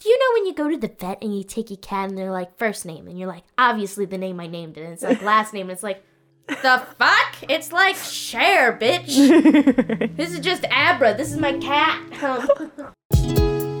Do you know when you go to the vet and you take your cat and they're like first name and you're like obviously the name I named it and it's like last name and it's like the fuck? It's like share, bitch. This is just Abra. This is my cat. Um,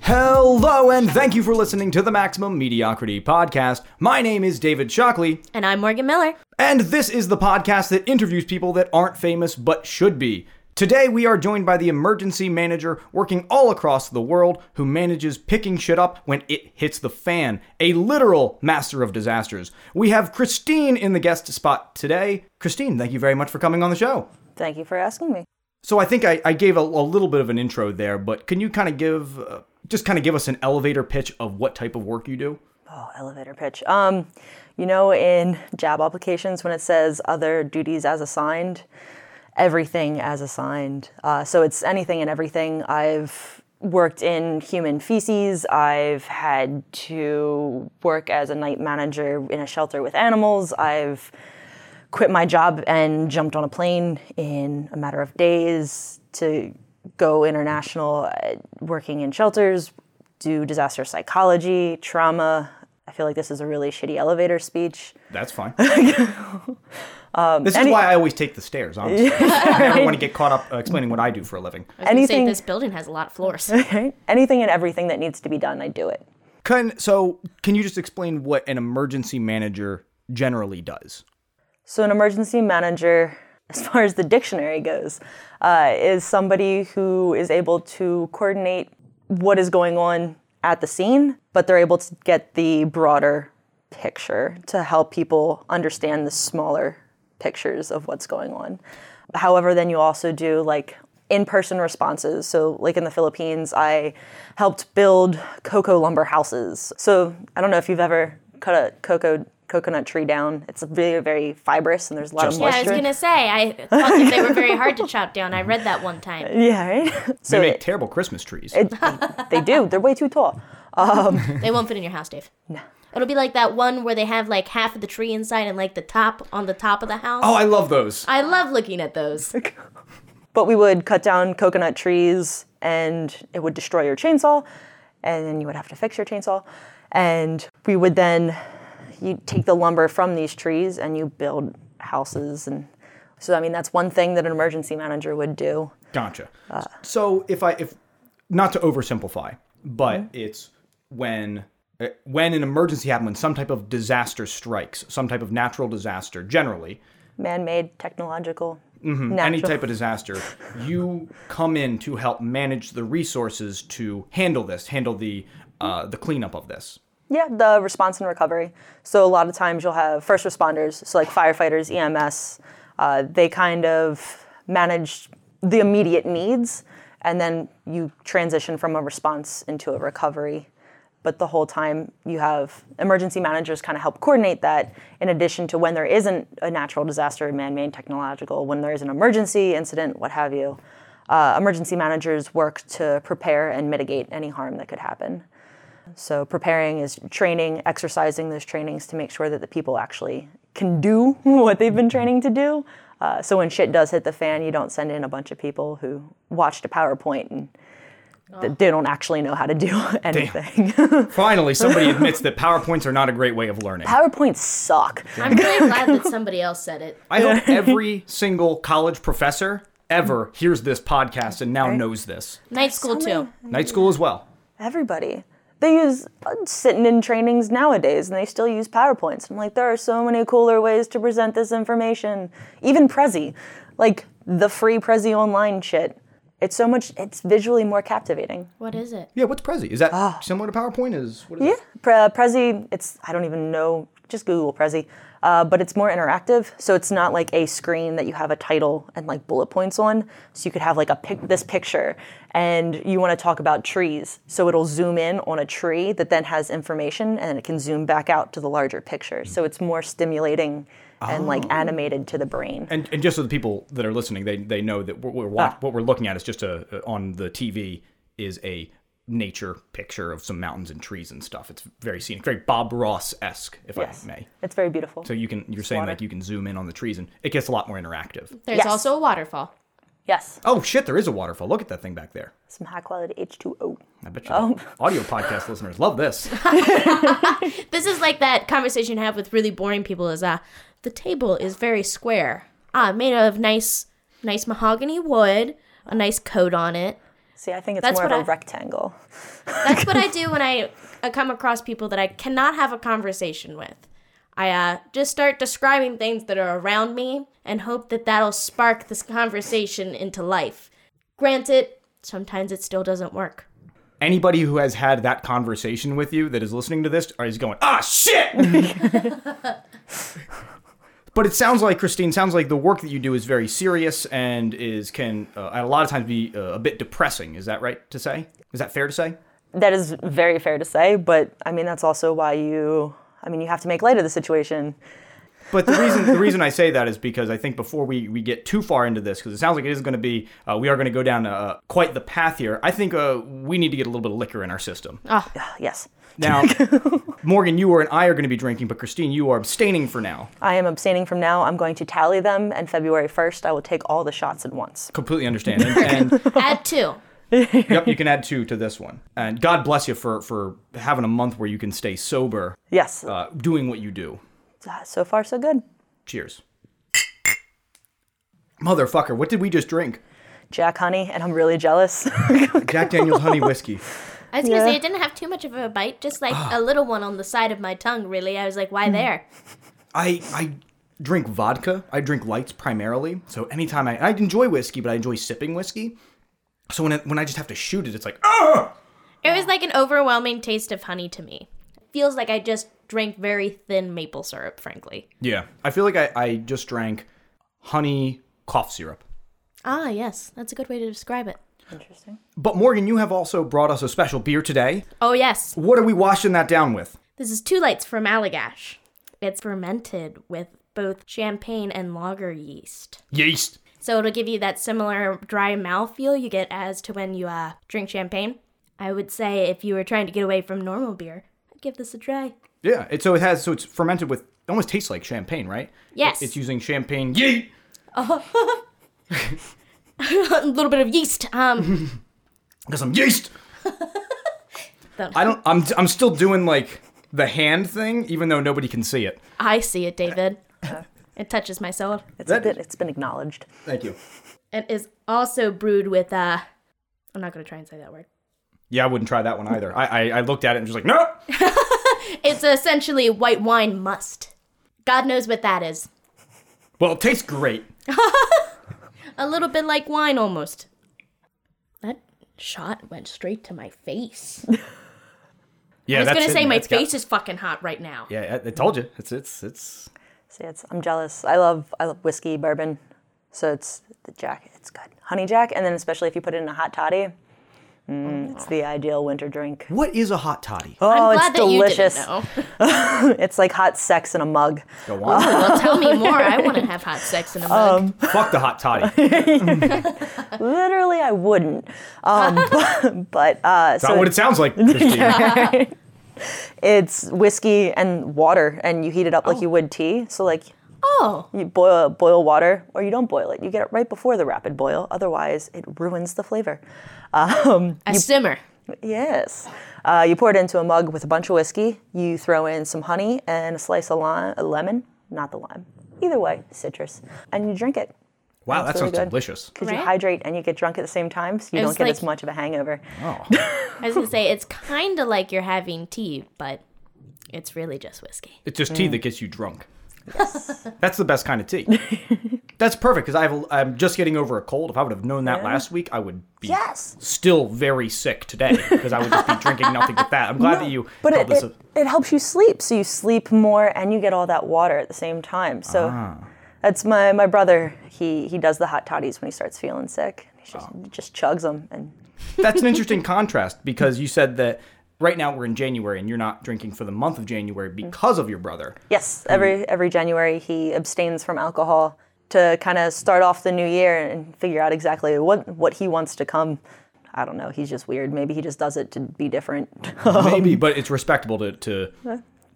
Hello, and thank you for listening to the Maximum Mediocrity Podcast. My name is David Shockley, and I'm Morgan Miller. and this is the podcast that interviews people that aren't famous but should be. Today, we are joined by the emergency manager working all across the world who manages picking shit up when it hits the fan, a literal master of disasters. We have Christine in the guest spot today. Christine, thank you very much for coming on the show. Thank you for asking me. So I think I, I gave a, a little bit of an intro there, but can you kind of give, uh, just kind of give us an elevator pitch of what type of work you do? Oh, elevator pitch. Um, you know, in job applications, when it says other duties as assigned, everything as assigned. Uh, so it's anything and everything. I've worked in human feces. I've had to work as a night manager in a shelter with animals. I've quit my job and jumped on a plane in a matter of days to go international, uh, working in shelters, do disaster psychology, trauma. I feel like this is a really shitty elevator speech. That's fine. this is why I always take the stairs, honestly. I never want to get caught up uh, explaining what I do for a living. I was gonna say, Anything- this building has a lot of floors. Anything and everything that needs to be done, I do it. Can, so, can you just explain what an emergency manager generally does? So, an emergency manager, as far as the dictionary goes, uh, is somebody who is able to coordinate what is going on at the scene, but they're able to get the broader picture to help people understand the smaller pictures of what's going on. However, then you also do like in person responses. So, like in the Philippines, I helped build cocoa lumber houses. So, I don't know if you've ever cut a cocoa coconut tree down. It's very, very fibrous and there's a lot Just of yeah, I moisture. was gonna say I thought that they were very hard to chop down. I read that one time. yeah, right? They So, make terrible Christmas trees. they do. They're way too tall. They won't fit in your house, Dave. No. It'll be like that one where they have like half of the tree inside and like the top on the top of the house. oh, I love those. I love looking at those. But we would cut down coconut trees and it would destroy your chainsaw and then you would have to fix your chainsaw and we would then you take the lumber from these trees and you build houses and so I mean that's one thing that an emergency manager would do. Gotcha. so if I if not to oversimplify, but it's when eh, when an emergency happens, when some type of disaster strikes, some type of natural disaster, generally Man-made, technological, natural. any type of disaster, you come in to help manage the resources to handle this, handle the uh, the cleanup of this. Yeah, the response and recovery. So a lot of times you'll have first responders, so like firefighters, EMS. Uh, they kind of manage the immediate needs, and then you transition from a response into a recovery. But the whole time you have emergency managers kind of help coordinate that. In addition to when there isn't a natural disaster, man-made, technological, when there is an emergency incident, what have you. Uh, emergency managers work to prepare and mitigate any harm that could happen. So preparing is training, exercising those trainings to make sure that the people actually can do what they've been training to do. Uh, so when shit does hit the fan, you don't send in a bunch of people who watched a PowerPoint and th- they don't actually know how to do anything. Finally, somebody admits that PowerPoints are not a great way of learning. PowerPoints suck. I'm really glad that somebody else said it. I hope every single college professor ever hears this podcast and now knows this. Night school too. Night school as well. Everybody. They use uh, sitting in trainings nowadays and they still use PowerPoints. I'm like, there are so many cooler ways to present this information. Even Prezi, like the free Prezi online shit. It's so much, it's visually more captivating. What is it? Yeah, what's Prezi? Is that similar to PowerPoint? Is what is Ah. Yeah, Pre- uh, Prezi, it's, I don't even know, just Google Prezi, uh, but it's more interactive. So it's not like a screen that you have a title and like bullet points on. So you could have like a pic- this picture and you want to talk about trees. So it'll zoom in on a tree that then has information and it can zoom back out to the larger picture. So it's more stimulating and like animated to the brain. Oh. And, and just so the people that Ah. are listening, they they know that what we're, wa- what we're looking at is just a on the TV is a nature picture of some mountains and trees and stuff. It's very scenic, very Bob Ross esque, if Yes. I may. It's very beautiful. So you can you're saying water. like you can zoom in on the trees and it gets a lot more interactive. There's Yes. also a waterfall. yes. Oh shit, there is a waterfall. Look at that thing back there. Some high quality H2O. I bet you Oh. the audio podcast listeners love this. This is like that conversation you have with really boring people is uh the table is very square. Ah, made out of nice nice mahogany wood, a nice coat on it. See, I think it's That's more of a what I- rectangle. That's what I do when I uh, come across people that I cannot have a conversation with. I uh, just start describing things that are around me and hope that that'll spark this conversation into life. Granted, sometimes it still doesn't work. Anybody who has had that conversation with you that is listening to this is going, ah shit. but it sounds like Christine sounds like the work that you do is very serious and is can uh, a lot of times be uh, a bit depressing. Is that right to say? Is that fair to say? That is very fair to say, but I mean, that's also why you, I mean, you have to make light of the situation. But the reason the reason I say that is because I think before we, we get too far into this, because it sounds like it is going to be uh, we are going to go down uh, quite the path here. I think uh, we need to get a little bit of liquor in our system. Yes. Now, Morgan, you or and I are going to be drinking, but Christine, you are abstaining for now. I am abstaining from now. I'm going to tally them, and February 1st, I will take all the shots at once. Completely understand. And, and Add two. yep, you can add two to this one. And God bless you for for having a month where you can stay sober, Yes. uh, doing what you do. Ah, so far, so good. Cheers. Motherfucker, what did we just drink? Jack Honey, and I'm really jealous. Jack Daniel's honey whiskey. I was gonna Yeah. say it didn't have too much of a bite, just like a little one on the side of my tongue. Really, I was like, why there? I I drink vodka. I drink lights primarily. So anytime I I enjoy whiskey, but I enjoy sipping whiskey. So when I, when I just have to shoot it, it's like oh, It was like an overwhelming taste of honey to me. Feels like I just drank very thin maple syrup. Frankly. yeah. I feel like I I just drank honey cough syrup. Ah, yes, that's a good way to describe it. Interesting. But Morgan, you have also brought us a special beer today. Oh yes, What are we washing that down with? This is Two Lights from Allagash. It's fermented with both champagne and lager yeast. Yeast. So it'll give you that similar dry mouthfeel you get as to when you uh, drink champagne. I would say if you were trying to get away from normal beer, I'd give this a try. Yeah. It, so it has so it's fermented with it almost tastes like champagne, right? Yes. It's using champagne yeast. a little bit of yeast. Um, Cause I'm yeast. That- I don't. I'm I'm still doing like the hand thing, even though nobody can see it. I see it, David. It touches my soul. It's, That- been, it's been acknowledged. Thank you. It is also brewed with, uh, I'm not going to try and say that word. Yeah, I wouldn't try that one either. I, I, I looked at it and just like, nope. It's essentially white wine must. God knows what that is. Well, it tastes great. A little bit like wine almost. That shot went straight to my face. Yeah, I was that's gonna it, say man. my It's got- face is fucking hot right now. yeah, I, I told you. It's it's it's. See, it's, I'm jealous. I love, I love whiskey, bourbon. So it's the Jack. It's good. Honey Jack, and then especially if you put it in a hot toddy, mm, it's the ideal winter drink. What is a hot toddy? Oh, I'm it's glad that delicious. you didn't know. It's like hot sex in a mug. Go on. Well, tell me more. I want to have hot sex in a mug. Fuck the hot toddy. Literally, I wouldn't. Um, but uh, Not so what it sounds like. Christine. it's whiskey and water, and you heat it up like you would tea. So like oh, you boil boil water, or you don't boil it. You get it right before the rapid boil. Otherwise, it ruins the flavor. a simmer. Yes. Uh, you pour it into a mug with a bunch of whiskey. You throw in some honey and a slice of lime, a lemon, not the lime. Either way, citrus, and you drink it Wow, that That's really sounds good. delicious. because you Right. hydrate and you get drunk at the same time, so you It's don't get like- as much of a hangover. Oh, I was gonna say it's kind of like you're having tea, but it's really just whiskey. it's just Mm. tea that gets you drunk. That's the best kind of tea. That's perfect because I've I'm just getting over a cold. If I would have known that last week, I would be Yes. still very sick today because I would just be drinking nothing but that. I'm glad that you But called it, this. it, it helps you sleep, so you sleep more and you get all that water at the same time. So Ah. that's my, my brother. He he does the hot toddies when he starts feeling sick. He just, Ah. just chugs them, and that's an interesting contrast because you said that right now we're in January and you're not drinking for the month of Mm. January because of your brother. yes, every every January he abstains from alcohol to kind of start off the new year and figure out exactly what what he wants to come. I don't know. He's just weird. Maybe he just does it to be different. Maybe, Um, but it's respectable to to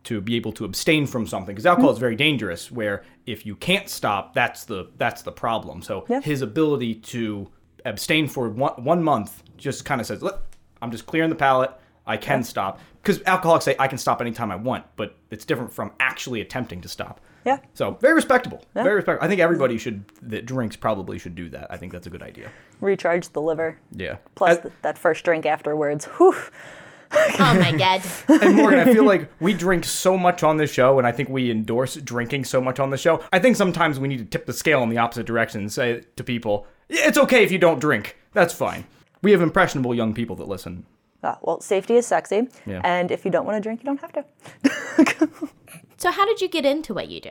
to be able to abstain from something because alcohol is very dangerous. Where if you can't stop, that's the that's the problem. So his ability to abstain for one, one month just kind of says, "Look, I'm just clearing the palate. I can stop." Because alcoholics say I can stop anytime I want, but it's different from actually attempting to stop. Yeah. So very respectable. Very respectable. I think everybody should that drinks probably should do that. I think that's a good idea. Recharge the liver. Yeah. Plus As- th- that first drink afterwards. Whew. Oh my god. And Morgan, I feel like we drink so much on this show, and I think we endorse drinking so much on the show. I think sometimes we need to tip the scale in the opposite direction and say to people, "Yeah, it's okay if you don't drink. That's fine. We have impressionable young people that listen. Ah, well, safety is sexy. Yeah. And if you don't want to drink, you don't have to. So how did you get into what you do?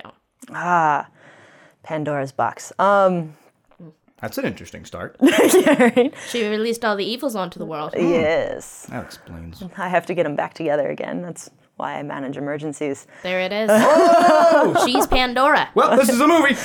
Pandora's box. Um, That's an interesting start. She released all the evils onto the world. yes. That explains. I have to get them back together again. That's why I manage emergencies. There it is. She's Pandora. Well, this is a movie.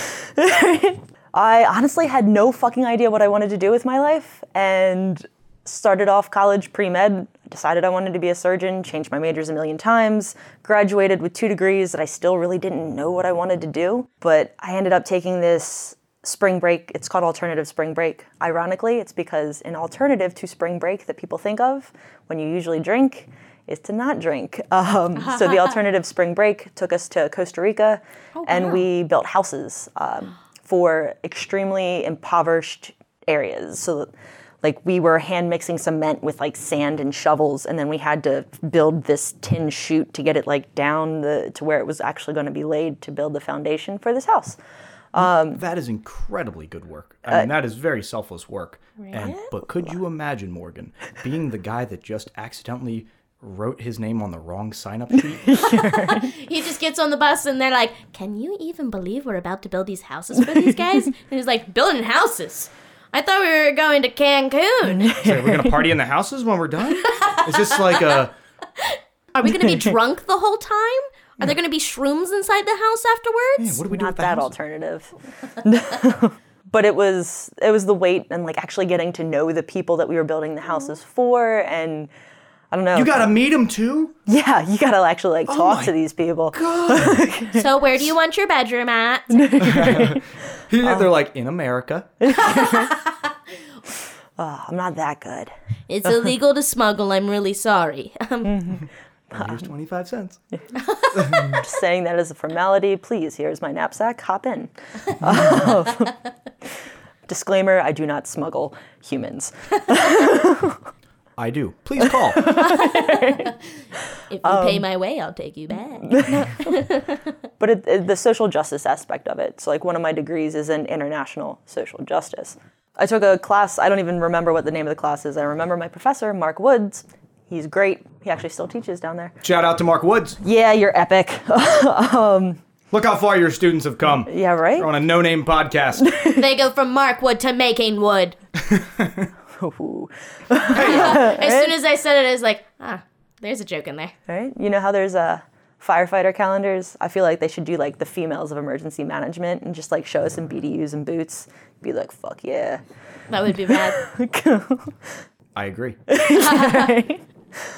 I honestly had no fucking idea what I wanted to do with my life and started off college pre med. Decided I wanted to be a surgeon, changed my majors a million times, graduated with two degrees that I still really didn't know what I wanted to do. But I ended up taking this spring break. It's called alternative spring break. Ironically, it's because an alternative to spring break that people think of when you usually drink is to not drink. Um, so the alternative spring break took us to Costa Rica and we built houses um, for extremely impoverished areas. So like we were hand mixing cement with like sand and shovels and then we had to build this tin chute to get it like down the to where it was actually going to be laid to build the foundation for this house. That is incredibly good work. I mean, that is very selfless work. And but could you imagine Morgan being the guy that just accidentally wrote his name on the wrong sign-up sheet? He just gets on the bus and they're like, Can you even believe we're about to build these houses for these guys? and he's like, Building houses? I thought we were going to Cancun. Say, we're gonna party in the houses when we're done. Is this like a Are we going to be drunk the whole time? Are there going to be shrooms inside the house Yeah, afterwards? what do we do not with the that houses? alternative. but it was it was the wait and like actually getting to know the people that we were building the houses for and I don't know. Mm-hmm. You gotta meet him too. yeah, you gotta actually like talk my to these people. so, where do you want your bedroom at? They're Um, like in America. I'm not that good. It's illegal to smuggle. I'm really sorry. Here's twenty five cents. Just saying that as a formality. Please, here's my knapsack. Hop in. Disclaimer: I do not smuggle humans. I do. Please call. if you pay my way, I'll take you back. but it, it- the social justice aspect of it. So, like, one of my degrees is in international social justice. I took a class, I don't even remember what the name of the class is. I remember my professor, Mark Woods. He's great. He actually still teaches down there. Shout out to Mark Woods. Yeah, you're epic. Look how far your students have come. yeah, right? We're on a no name podcast. they go from Markwood to making wood. Ooh. As soon as I said it, I was like, ah, there's a joke in there. Right? You know how there's a firefighter calendars? I feel like they should do like the females of emergency management and just like show us in BDUs and boots. Be like, fuck yeah. That would be rad. I agree.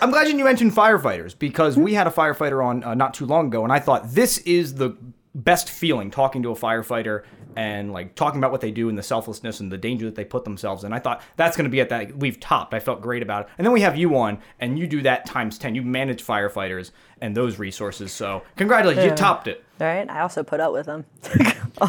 I'm glad you mentioned firefighters because we had a firefighter on uh, not too long ago, and I thought this is the best feeling talking to a firefighter and like talking about what they do and the selflessness and the danger that they put themselves in. I thought that's going to be at that we've topped. I felt great about it, and then we have you on, and you do that times ten. You manage firefighters and those resources, so congratulations, you topped it. All right? I also put up with them.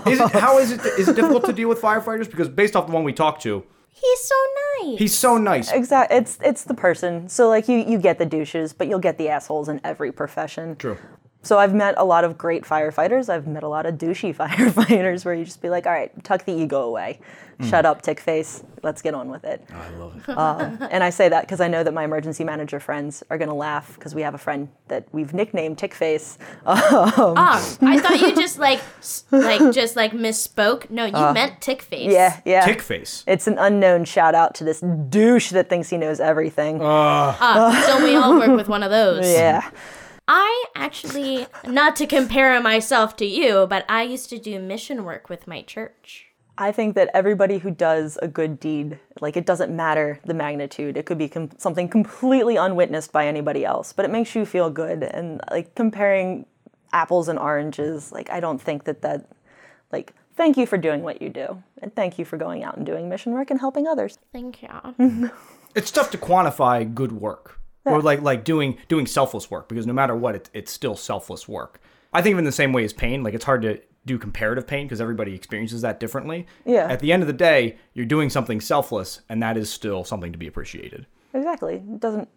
Is it how is it is it difficult to deal with firefighters because based off the one we talked to, He's so nice. he's so nice. Exactly. It's it's the person. So like you you get the douches, but you'll get the assholes in every profession. True. So I've met a lot of great firefighters. I've met a lot of douchey firefighters where you just be like, all right, tuck the ego away, shut up, tick face, let's get on with it. Mm. Oh, I Um, love it. and I say that because I know that my emergency manager friends are gonna laugh because we have a friend that we've nicknamed tick face. Oh, I thought you just like, s- like just like misspoke. No, you meant tick face. Yeah, yeah. Tick face. It's an unknown shout out to this douche that thinks he knows everything. Ah, don't we all work with one of those? yeah. I actually, not to compare myself to you, but I used to do mission work with my church. I think that everybody who does a good deed, like it doesn't matter the magnitude. It could be com- something completely unwitnessed by anybody else, but it makes you feel good. And like comparing apples and oranges, like I don't think that that, like, thank you for doing what you do, and thank you for going out and doing mission work and helping others. Thank you. It's tough to quantify good work or like like doing doing selfless work because no matter what, it, it's still selfless work. I think of it in the same way as pain. Like it's hard to do comparative pain because everybody experiences that differently. Yeah. At the end of the day, you're doing something selfless, and that is still something to be appreciated. Exactly. It doesn't.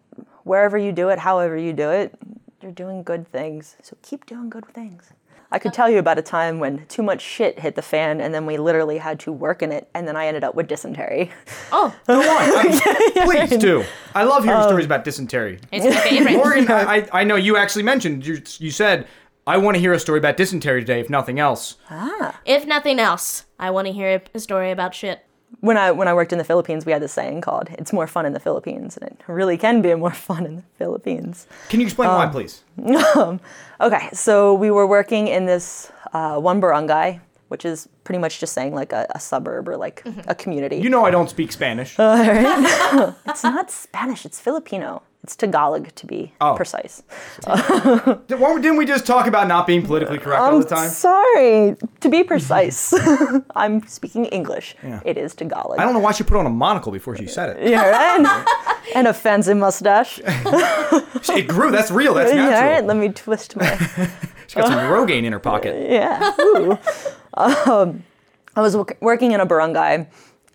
Wherever you do it, however you do it, you're doing good things. So keep doing good things. I could tell you about a time when too much shit hit the fan, and then we literally had to work in it, and then I ended up with dysentery. Oh, Go on, I- please do. I love hearing stories about dysentery. it's my favorite. Lauren, I, I- I know you actually mentioned you, you said I want to hear a story about dysentery today, if nothing else. if nothing else, I want to hear a story about shit. when I when I worked in the Philippines, we had this saying called "It's more fun in the Philippines," and it really can be more fun in the Philippines. Can you explain why, please? Okay, so we were working in this uh, one barangay, which is pretty much just saying like a, a suburb or like a community. You know I don't speak Spanish. it's not Spanish; it's Filipino. It's Tagalog to be Oh. precise. Did- Why didn't we just talk about not being politically correct all the time? Sorry, to be precise, I'm speaking English. It is Tagalog. I don't know why she put on a monocle before she said it. Yeah, right? An offensive mustache. It grew. That's real. That's All natural. right, let me twist my She got some Rogaine in her pocket. Yeah. Ooh. um, I was wo- working in a barangay,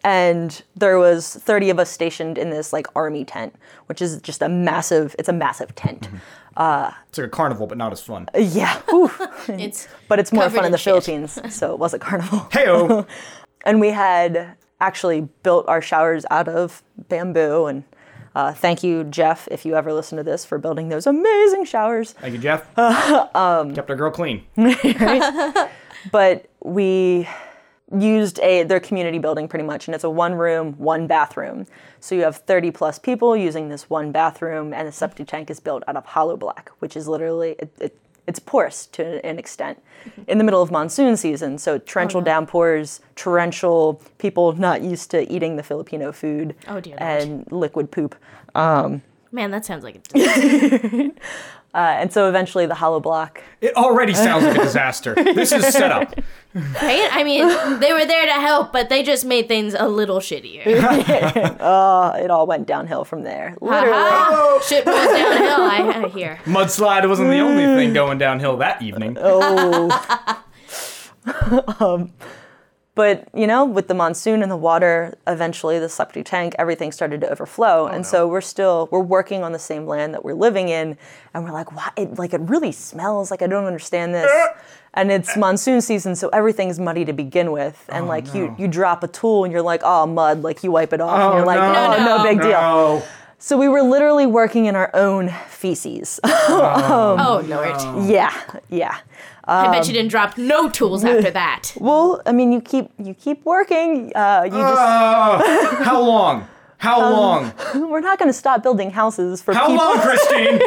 and there was 30 of us stationed in this like army tent, which is just a massive. It's a massive tent. Mm-hmm. It's like a carnival, but not as fun. Yeah. Ooh. It's But it's more Covered fun in in the shit. Philippines, so it was a carnival. Heyo. And we had actually built our showers out of bamboo. And uh, thank you, Jeff, if you ever listen to this, for building those amazing showers. Thank you, Jeff. Um, Kept our girl clean. but we used a their community building pretty much and it's a one room one bathroom so you have 30 plus people using this one bathroom and the septic tank is built out of hollow black which is literally it, it, it's porous to an extent in the middle of monsoon season so Oh, torrential downpours torrential people not used to eating the filipino food Oh, dear Lord. and liquid poop man, that sounds like uh, and so eventually the hollow block It already sounds like a disaster. This is set up. right. I mean, they were there to help, but they just made things a little shittier. uh, it all went downhill from there literally Aha! Shit goes downhill. I I hear. Mudslide wasn't the only Mm. thing going downhill that evening. Oh, But you know, with the monsoon and the water, eventually the septic tank, everything started to overflow, Oh, and so we're still we're working on the same land that we're living in, and we're like, why? It, like it really smells. Like I don't understand this. And it's monsoon season, so everything's muddy to begin with. And Oh, like you, you drop a tool, and you're like, oh mud. Like you wipe it off, and Oh, you're like, no. no, no, No, big deal. No. So we were literally working in our own feces. Oh lord! yeah, yeah. I bet you didn't drop no tools after that. Well, I mean, you keep you keep working. Uh, you just Oh, how long? How long? we're not going to stop building houses for How people. long, Christine?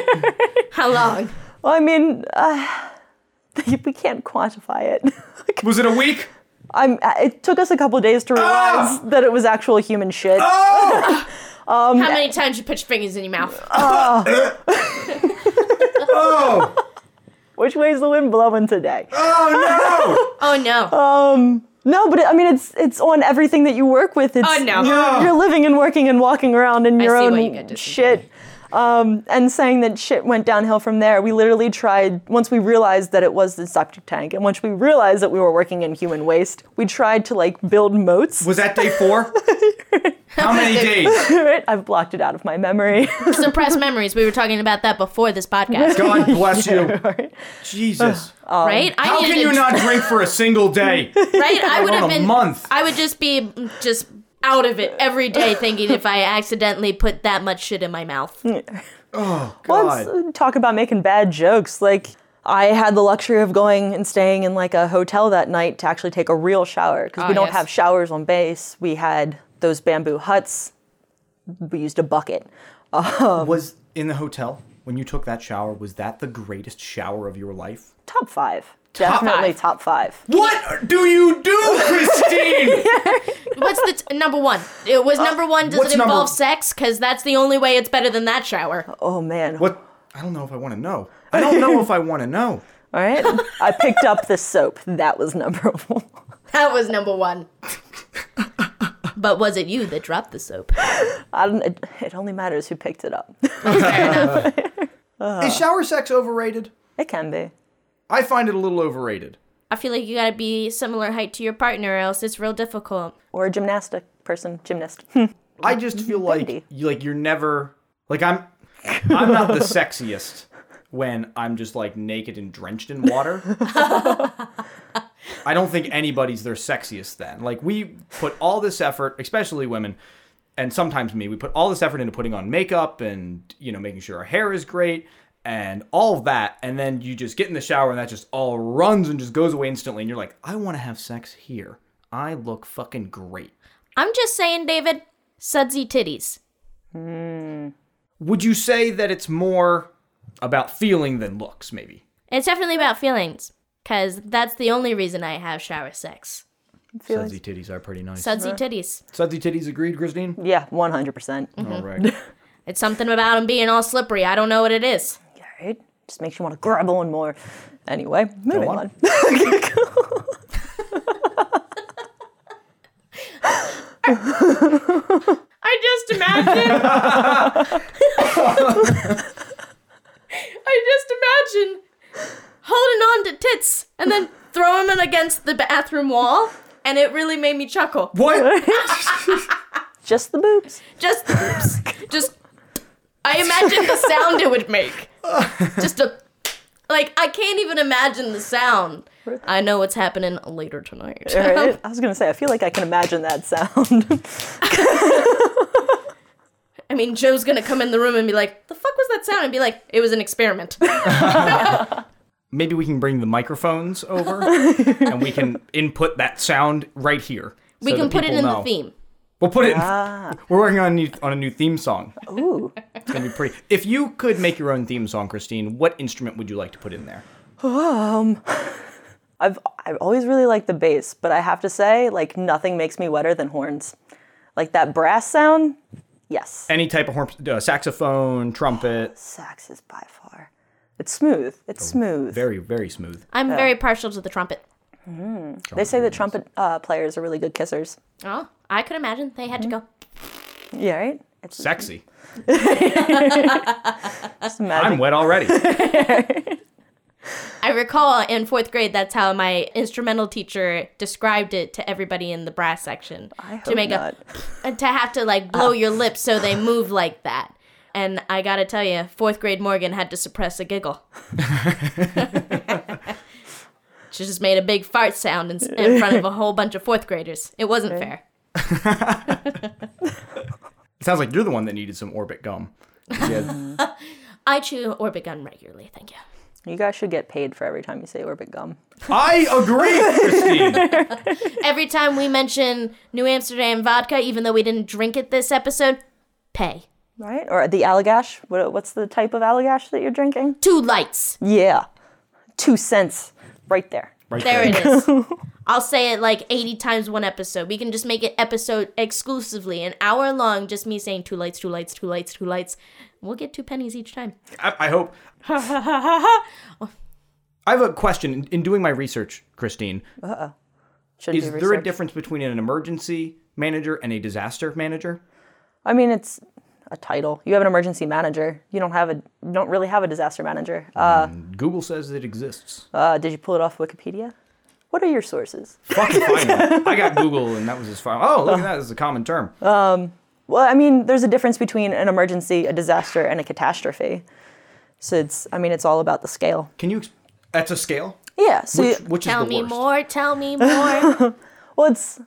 How long? Well, I mean, uh, we can't quantify it. Was it a week? I'm, uh, it took us a couple days to realize that it was actual human shit. Oh! How many times you put your fingers in your mouth? Oh! Which way's the wind blowing today? Ah! Oh Oh no! No, but it, I mean, it's it's on everything that you work with. It's, Oh, no. You're, Yeah. you're living and working and walking around in your see own why you get dysentery. shit. Um, and saying that shit went downhill from there. We literally tried, once we realized that it was the septic tank, and once we realized that we were working in human waste, we tried to like build moats. no! Was that day four? How many days? I've blocked it out of my memory. Suppressed memories. We were talking about that before this podcast, God bless you. Jesus. right? I How needed can you to- not drink for a single day? Right? I would on have a been month. I would just be mm, just out of it every day, thinking if I accidentally put that much shit in my mouth. Oh, Let's God. uh, talk about making bad jokes. Like I had the luxury of going and staying in like a hotel that night to actually take a real shower because we Ah, don't yes. have showers on base. We had those bamboo huts. We used a bucket. Was in the hotel when you took that shower, was that the greatest shower of your life? Top five. Definitely five. top five. What do you do, Christine? What's the t- number one? It was number one. Does Uh, what's it involve number- sex? Because that's the only way it's better than that shower. Oh man. What? I don't know if I want to know. I don't know if I want to know. All right. I picked up the soap. That was number one. That was number one. but was it you that dropped the soap? I don't, it, it only matters who picked it up. Is shower sex overrated? It can be. I find it a little overrated. I feel like you gotta be similar height to your partner, or else it's real difficult. Or a gymnastic person, gymnast. I just feel like Bendy. you like you're never like I'm I'm not the sexiest when I'm just like naked and drenched in water. I don't think anybody's their sexiest then. Like we put all this effort, especially women and sometimes me, we put all this effort into putting on makeup and you know making sure our hair is great and all of that and then you just get in the shower and that just all runs and just goes away instantly and you're like, "I want to have sex here. I look fucking great." I'm just saying, David, sudsy titties. Would you say that it's more about feeling than looks, maybe? It's definitely about feelings, because that's the only reason I have shower sex. Feelings. Sudsy titties are pretty nice. Sudsy titties. Sudsy titties agreed, Christine? Yeah, 100%. percent All right. It's something about them being all slippery. I don't know what it is. All right. Just makes you want to grab on more. Anyway, moving on. on. I just imagine. I just imagine holding on to tits and then throwing them against the bathroom wall, and it really made me chuckle. what? Just the boobs. Just, oops, just, I imagine the sound it would make. Just a, like, I can't even imagine the sound. I know what's happening later tonight. All right. I was going to say, I feel like I can imagine that sound. I mean, Joe's gonna come in the room and be like, "The fuck was that sound?" and be like, "It was an experiment." Maybe we can bring the microphones over and we can input that sound right here. we so can that put it people in know. the theme. We'll put it. We're working on a new, on a new theme song. Ooh. It's gonna be pretty. If you could make your own theme song, Christine, what instrument would you like to put in there? Um, I've I've always really liked the bass, but I have to say, like nothing makes me wetter than horns. Like that brass sound. Yes, Any type of horn, uh, saxophone, trumpet. sax is by far. It's smooth. It's smooth. Very, very smooth. I'm very partial to the trumpet. they say that trumpet uh, players are really good kissers. Oh, I could imagine they had to go. Yeah, right. It's Sexy. just magic. I'm wet already. I recall in fourth grade, that's how my instrumental teacher described it to everybody in the brass section. I hope to make not. a and to have to like blow your lips so they move like that. And I gotta tell you, fourth grade Morgan had to suppress a giggle. she just made a big fart sound in, in front of a whole bunch of fourth graders. It wasn't fair. Sounds like you're the one that needed some orbit gum. Yeah. I chew Orbit Gun regularly, thank you. you guys should get paid for every time you say orbit gum. I agree, Christine. Every time we mention New Amsterdam vodka, even though we didn't drink it this episode, pay. Right? Or the Allagash. What, what's the type of Allagash that you're drinking? Two lights. Yeah. Two cents. Right there. Right There it is. I'll say it like 80 times one episode. We can just make it episode exclusively, an hour long, just me saying two lights, two lights, two lights, two lights. We'll get two pennies each time. I, I hope. I have a question. In, in doing my research, Christine, Should is do there a research. difference between an emergency manager and a disaster manager? I mean, it's a title. You have an emergency manager. You don't have a you don't really have a disaster manager. Uh, Google says it exists. uh, did you pull it off Wikipedia? What are your sources? Fucking fine. I got Google, and that was his file. Oh, look at that. This is a common term. Well, I mean, there's a difference between an emergency, a disaster, and a catastrophe. So it's I mean, it's all about the scale. Can you? ex- That's a scale. Yeah. So Which, you- which is Tell the me worst? more, tell me more. well, it's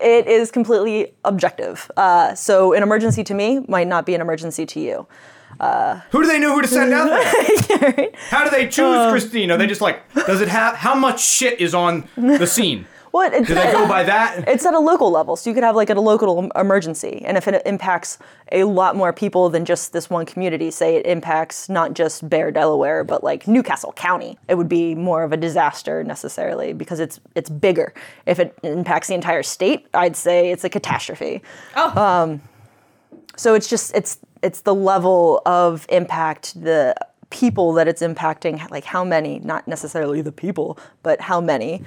it is completely objective. Uh, so an emergency to me might not be an emergency to you. Who do they know who to send out? there? Uh. How do they choose, Christine? Are they just like, does it have? How much shit is on the scene? Well, it, Do they go by that? It's at a local level, so you could have like a local emergency, and if it impacts a lot more people than just this one community, say it impacts not just Bear, Delaware, but like Newcastle County, it would be more of a disaster necessarily because it's it's bigger. If it impacts the entire state, I'd say it's a catastrophe. Oh. Um, So it's just it's it's the level of impact, the people that it's impacting, like how many, not necessarily the people, but how many.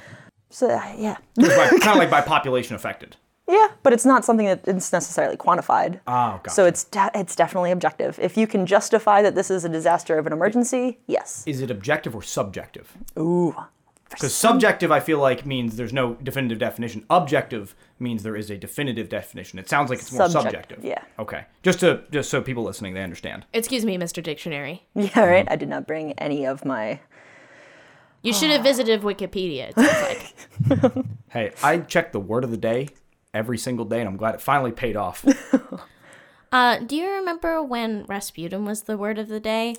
So yeah, kind of like by population affected. Yeah, but it's not something that it's necessarily quantified. Oh, gotcha. So it's de- it's definitely objective. If you can justify that this is a disaster of an emergency, yes. Is it objective or subjective? Ooh. Because subjective, I feel like, means there's no definitive definition. Objective means there is a definitive definition. It sounds like it's more Subject- subjective. yeah. Okay. Just to just so people listening they understand. Excuse me, Mr. Dictionary. Yeah, right. Mm-hmm. I did not bring any of my. You should have visited Wikipedia. It sounds like. Hey, I check the word of the day every single day, and I'm glad it finally paid off. uh, do you remember when Rasputin was the word of the day?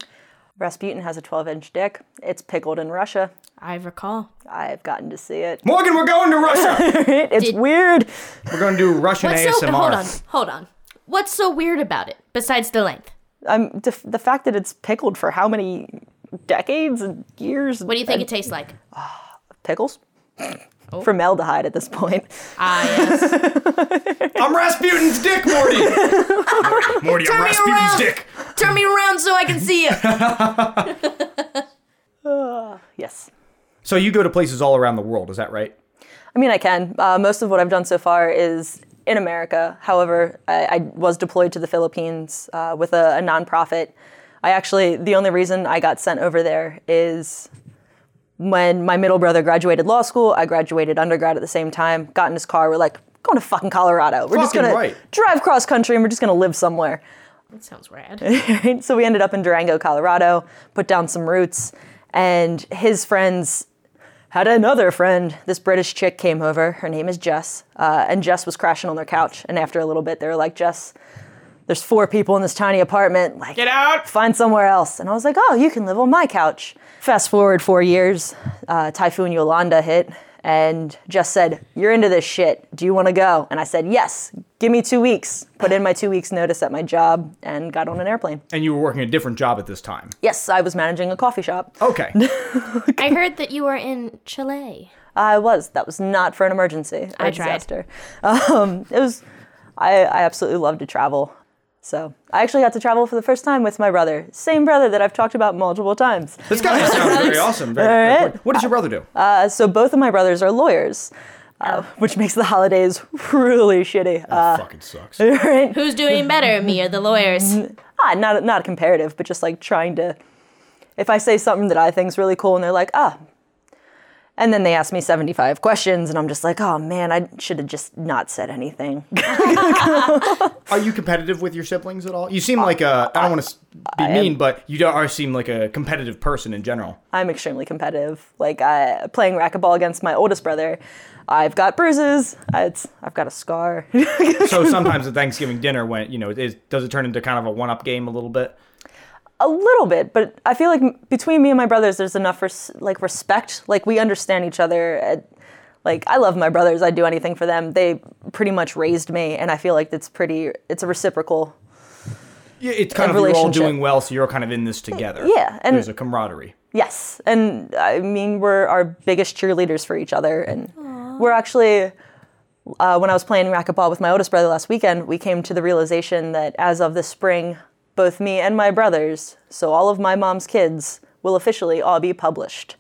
Rasputin has a 12 inch dick. It's pickled in Russia. I recall. I've gotten to see it. Morgan, we're going to Russia. It's weird. We're going to do Russian What's ASMR. so hold on, hold on. What's so weird about it besides the length? I'm def- the fact that it's pickled for how many decades and years? What do you think it tastes like? Pickles? Oh. Formaldehyde at this point. Ah, yes. I'm Rasputin's dick, Morty. Morty, I'm Turn me Rasputin's around. dick. Turn me around so I can see you. Yes. So you go to places all around the world, is that right? I mean, I can. Uh, most of what I've done so far is in America. However, I, I was deployed to the Philippines uh, with a, a nonprofit. I actually, the only reason I got sent over there is when my middle brother graduated law school, I graduated undergrad at the same time, got in his car, we're like, going to fucking Colorado. We're just Fucking gonna right. drive cross country and we're just gonna live somewhere. That sounds rad. Right? So we ended up in Durango, Colorado, put down some roots, and his friends had another friend. This British chick came over. Her name is Jess, uh, and Jess was crashing on their couch. And after a little bit, they were like, "Jess, there's four people in this tiny apartment. Like, Get out. Find somewhere else." And I was like, "Oh, you can live on my couch." Fast forward four years, uh, Typhoon Yolanda hit. And Jess said, You're into this shit. Do you want to go? And I said, Yes, give me two weeks. Put in my two weeks' notice at my job and got on an airplane. And you were working a different job at this time. Yes, I was managing a coffee shop. Okay. I heard that you were in Chile. I was. That was not for an emergency or I a tried. disaster. Um, it was. I, I absolutely love to travel. So I actually got to travel for the first time with my brother, same brother that I've talked about multiple times. This guy sounds very awesome. Very, very All right. cool. What does your brother do? Uh, so both of my brothers are lawyers, uh, Oh. which makes the holidays really shitty. Uh, fucking sucks. right? Who's doing better, me or the lawyers? ah, not not a comparative, but just like trying to. If I say something that I think's really cool, and they're like, ah. And then they ask me 75 questions, and I'm just like, oh man, I should have just not said anything. Are you competitive with your siblings at all? You Uh, seem like a. I don't want to be mean, but you don't- are seem like a competitive person in general. I'm extremely competitive. Like I, playing racquetball against my oldest brother, I've got bruises. I, it's, I've got a scar. So sometimes at Thanksgiving dinner, when you know, it is, does it turn into kind of a one-up game a little bit? a little bit, but I feel like m- between me and my brothers, there's enough res- like respect. Like we understand each other. And, like I love my brothers. I'd do anything for them. They pretty much raised me, and I feel like it's pretty. It's a reciprocal. Yeah, it's kind A of you're all relationship. doing well, so you're kind of in this together. Yeah, and- there's a camaraderie. Yes, and I mean we're our biggest cheerleaders for each other, and we're actually. Uh, when I was playing racquetball with my oldest brother last weekend, we came to the realization that as of this spring, both me and my brothers, so all of my mom's kids, will officially all be published.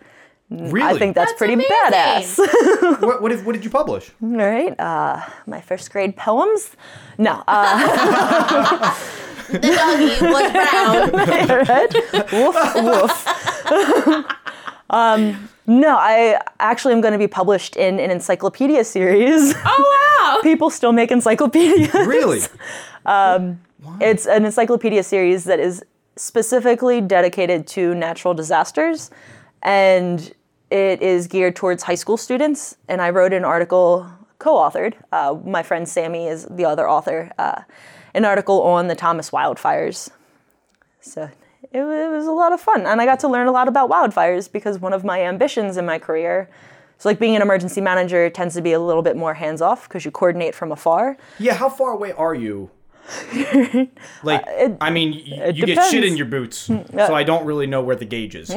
Really? I think that's, pretty amazing. badass. what, what, did, what did you publish? all right, uh, my first grade poems. No, uh, The doggy was brown. right? woof woof. um, no, I actually am going to be published in an encyclopedia series. Oh wow! People still make encyclopedias. Really? It's an encyclopedia series that is specifically dedicated to natural disasters and it is geared towards high school students. And I wrote an article co authored. Uh, my friend Sammy is the other author, uh, an article on the Thomas wildfires. So it, wa- it was a lot of fun. And I got to learn a lot about wildfires because one of my ambitions in my career So, like being an emergency manager tends to be a little bit more hands off because you coordinate from afar. Yeah, how far away are you? like, I mean, y- you get shit depends. Mm, in your boots, so I don't really know where the gauge is.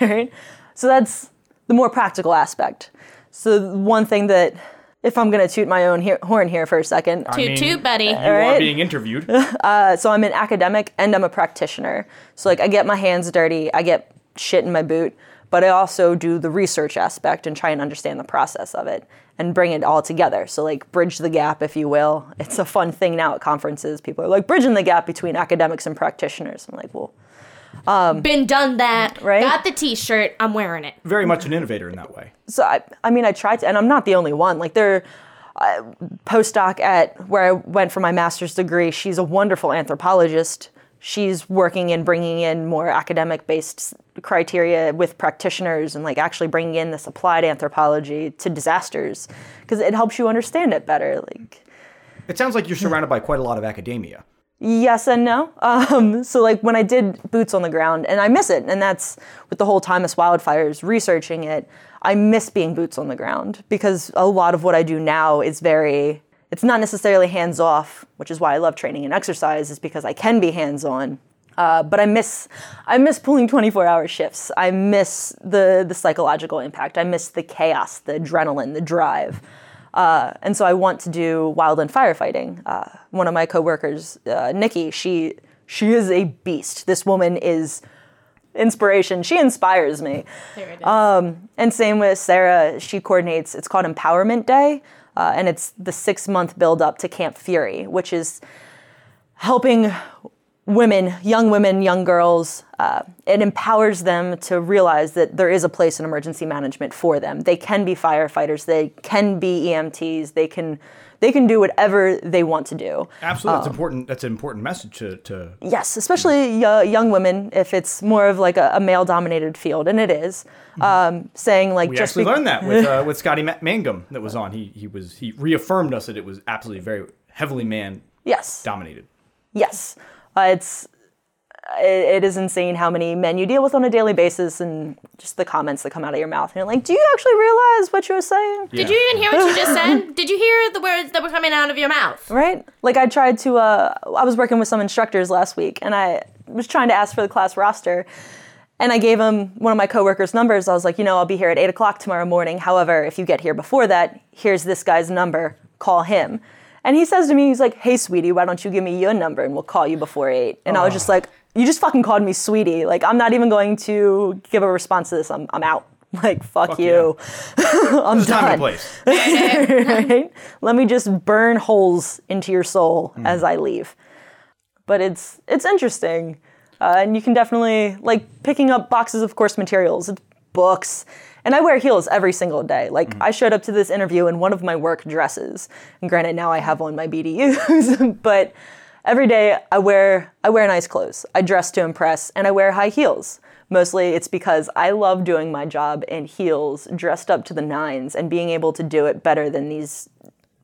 right? So that's the more practical aspect. So one thing that, if I'm going to toot my own he- horn here for a second, I Toot mean, toot, buddy. You are right. being interviewed. uh, so I'm an academic and I'm a practitioner. So like I get my hands dirty, I get shit in my boot, but I also do the research aspect and try and understand the process of it and bring it all together. So like bridge the gap, if you will. It's a fun thing now at conferences. People are like bridging the gap between academics and practitioners. I'm like, well, Been done that. Right? Got the T-shirt. I'm wearing it. Very much an innovator in that way. so I, I mean, I tried to, and I'm not the only one. Like there, uh, postdoc at where I went for my master's degree, she's a wonderful anthropologist. She's working and bringing in more academic-based criteria with practitioners, and like actually bringing in this applied anthropology to disasters because it helps you understand it better. Like It sounds like you're surrounded by quite a lot of academia. yes and no. Um, so like when I did boots on the ground, and I miss it, and that's with the whole Thomas wildfires researching it. I miss being boots on the ground because a lot of what I do now is very. It's not necessarily hands off, which is why I love training and exercise, is because I can be hands on. Uh, but I miss, I miss pulling 24-hour shifts. I miss the the psychological impact. I miss the chaos, the adrenaline, the drive. Uh, and so I want to do wildland firefighting. Uh, one of my coworkers, uh, Nikki, she she is a beast. This woman is inspiration. She inspires me. Um, There it is. And same with Sarah. She coordinates. It's called Empowerment Day, uh, and it's the six month build up to Camp Fury, which is helping women, young women, young girls. Uh, it empowers them to realize that there is a place in emergency management for them. They can be firefighters. They can be EMTs. They can they can do whatever they want to do. Absolutely, that's important. That's an important message to. to Yes, especially y- young women, if it's more of like a, a male dominated field, and it is. Um, saying like Mm-hmm. we just actually be- learned that with uh, with Scotty Ma- Mangum that was on. He he was he reaffirmed us that it was absolutely very heavily man yes. dominated. Yes, uh, it's uh, it, it is insane how many men you deal with on a daily basis, and just the comments that come out of your mouth. And you're like, do you actually realize what you're saying? Did you even hear what you just said? Did you hear the words that were coming out of your mouth? Right? Like I tried to. Uh, I was working with some instructors last week, and I was trying to ask for the class roster. And I gave him one of my coworkers' numbers. I was like, you know, I'll be here at eight o'clock tomorrow morning. However, if you get here before that, here's this guy's number. Call him. And he says to me, he's like, hey, sweetie, why don't you give me your number and we'll call you before eight? And I was just like, you just fucking called me sweetie. Like, I'm not even going to give a response to this. I'm, I'm out. Like, fuck, you. I'm There's a time and done. a place. right? Let me just burn holes into your soul as I leave. But it's it's interesting, uh, and you can definitely like picking up boxes of course materials, it's books, and I wear heels every single day. Like I showed up to this interview in one of my work dresses, and granted now I have on my BDUs, but every day I wear I wear nice clothes, I dress to impress, and I wear high heels. Mostly it's because I love doing my job in heels, dressed up to the nines, and being able to do it better than these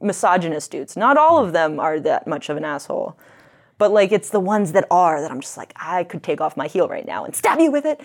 misogynist dudes. Not all of them are that much of an asshole, but like it's the ones that are that I'm just like, I could take off my heel right now and stab you with it.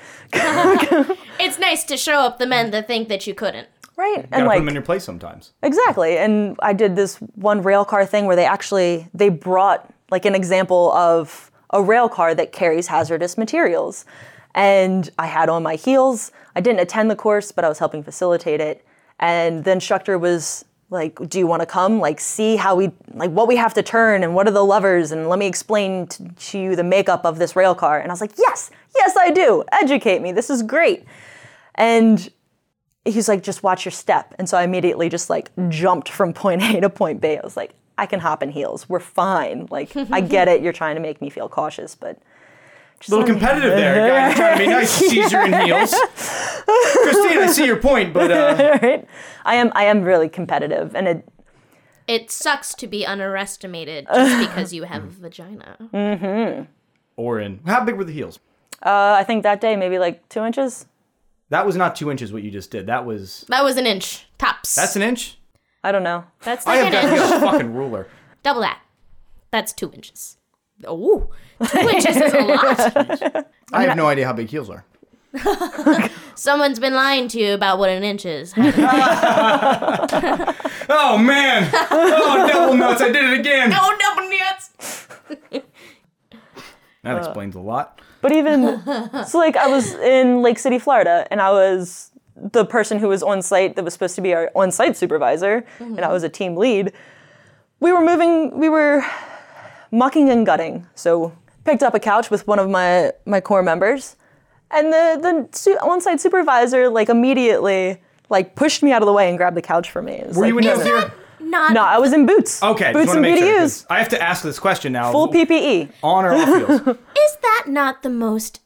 It's nice to show up the men that think that you couldn't. Right? Gotta And put like, them in your place sometimes. Exactly. And I did this one rail car thing where they actually they brought like an example of a rail car that carries hazardous materials. And I had on my heels. I didn't attend the course, but I was helping facilitate it. And the instructor was like, "Do you want to come? Like, see how we like what we have to turn and what are the levers? And let me explain t- to you the makeup of this rail car." And I was like, "Yes, yes, I do. Educate me. This is great." And he's like, just watch your step. And so I immediately just like jumped from point A to point B. I was like, I can hop in heels. We're fine. Like, I get it. You're trying to make me feel cautious, but A little competitive there. Guy, you're trying to be nice. She sees you're in heels. Christine, I see your point, but uh, right? I am I am really competitive, and it It sucks to be underestimated just because you have a vagina. Orin, how big were the heels? uh, I think that day maybe like two inches. That was not two inches. What you just did. That was That was an inch tops. that's an inch. I don't know. That's I like an have got to inch. get a fucking ruler. Double that. That's two inches. Oh, two inches is a lot. I have no idea how big heels are. Someone's been lying to you about what an inch is. oh, Oh man! Oh devil nuts! I did it again. double nuts. That explains a lot. But even so, like I was in Lake City, Florida, and I was the person who was on site that was supposed to be our on site supervisor, and I was a team lead. We were moving, we were mucking and gutting. So picked up a couch with one of my my core members, and the the su- on site supervisor like immediately like pushed me out of the way and grabbed the couch for me. It was Were like, you in that theater? Not No, I was in boots. Okay, boots just want to and make sure. BDUs, 'cause I have to ask this question now. full E, PPE. on or off heels? Is that not the most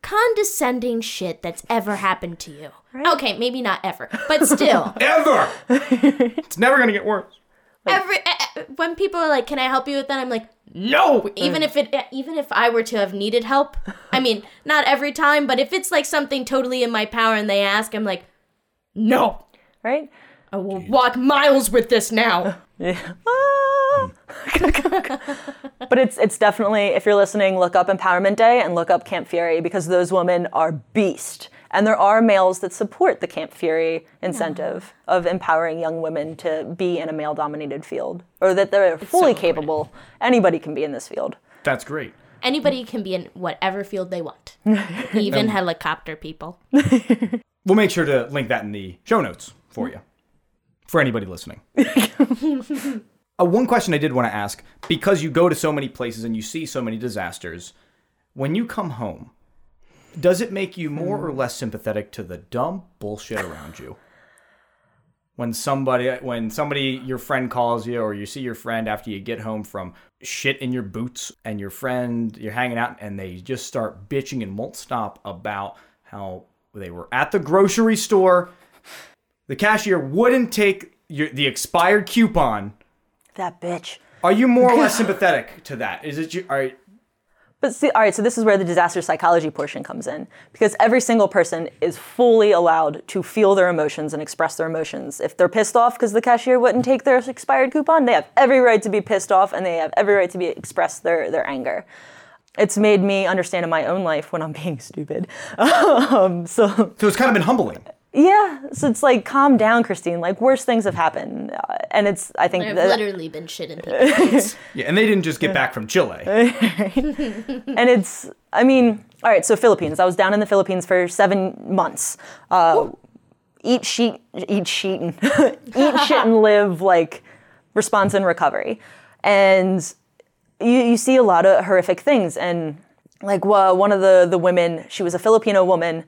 condescending shit that's ever happened to you? Okay, maybe not ever, but still. Ever. It's never gonna get worse. every eh, eh, when people are like, "Can I help you with that?" I'm like, No. even if it eh, even if I were to have needed help, I mean, not every time, but if it's like something totally in my power and they ask, I'm like, "No. Right? I will walk miles with this now." Ah. but it's it's definitely if you're listening, look up Empowerment Day and look up Camp Fury because those women are beast, and there are males that support the Camp Fury incentive of empowering young women to be in a male-dominated field, or that they're fully important. capable. Anybody can be in this field. That's great. Anybody can be in whatever field they want. Even helicopter people. We'll make sure to link that in the show notes for you, for anybody listening. uh, one question I did want to ask because you go to so many places and you see so many disasters, when you come home, does it make you more or less sympathetic to the dumb bullshit around you? When somebody, when somebody, your friend calls you, or you see your friend after you get home from shit in your boots, and your friend, you're hanging out, and they just start bitching and won't stop about how they were at the grocery store, the cashier wouldn't take your, the expired coupon. That bitch. Are you more or less sympathetic to that? Is it you? Are, But see, all right, so this is where the disaster psychology portion comes in because every single person is fully allowed to feel their emotions and express their emotions. If they're pissed off because the cashier wouldn't take their expired coupon, they have every right to be pissed off and they have every right to be express their, their anger. It's made me understand in my own life when I'm being stupid. um, so so it's kind of been humbling. yeah, so it's like calm down, Christine. Like worse things have happened, Uh, and it's I think I've that- literally been shit in people's face. Yeah, and they didn't just get back from Chile. and it's i mean all right so philippines i was down in the philippines for seven months uh, eat sheet eat sheet and eat shit and live like response and recovery and you, you see a lot of horrific things and like wha- one of the, the women she was a filipino woman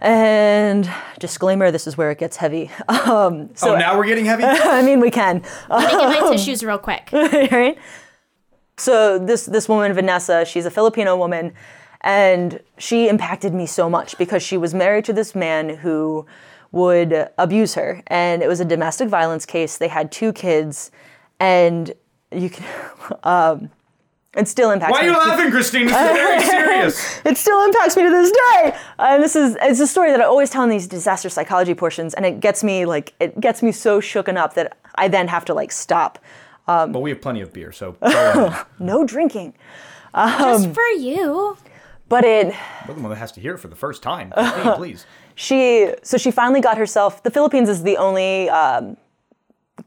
and disclaimer this is where it gets heavy um, so oh, now we're getting heavy. i mean we can Let Um, me get my tissues real quick. right? So this this woman Vanessa, she's a Filipino woman, and she impacted me so much because she was married to this man who would abuse her, and it was a domestic violence case. They had two kids, and you can, um, it still impacts. Why are me you to- laughing, Christine? This is very serious. it still impacts me to this day. And this is it's a story that I always tell in these disaster psychology portions, and it gets me like it gets me so shooken up that I then have to like stop. But we have plenty of beer, so go ahead. No drinking. um, Just for you. But it We're the one that has to hear it for the first time. Christine, please. she so she finally got herself the philippines is the only um,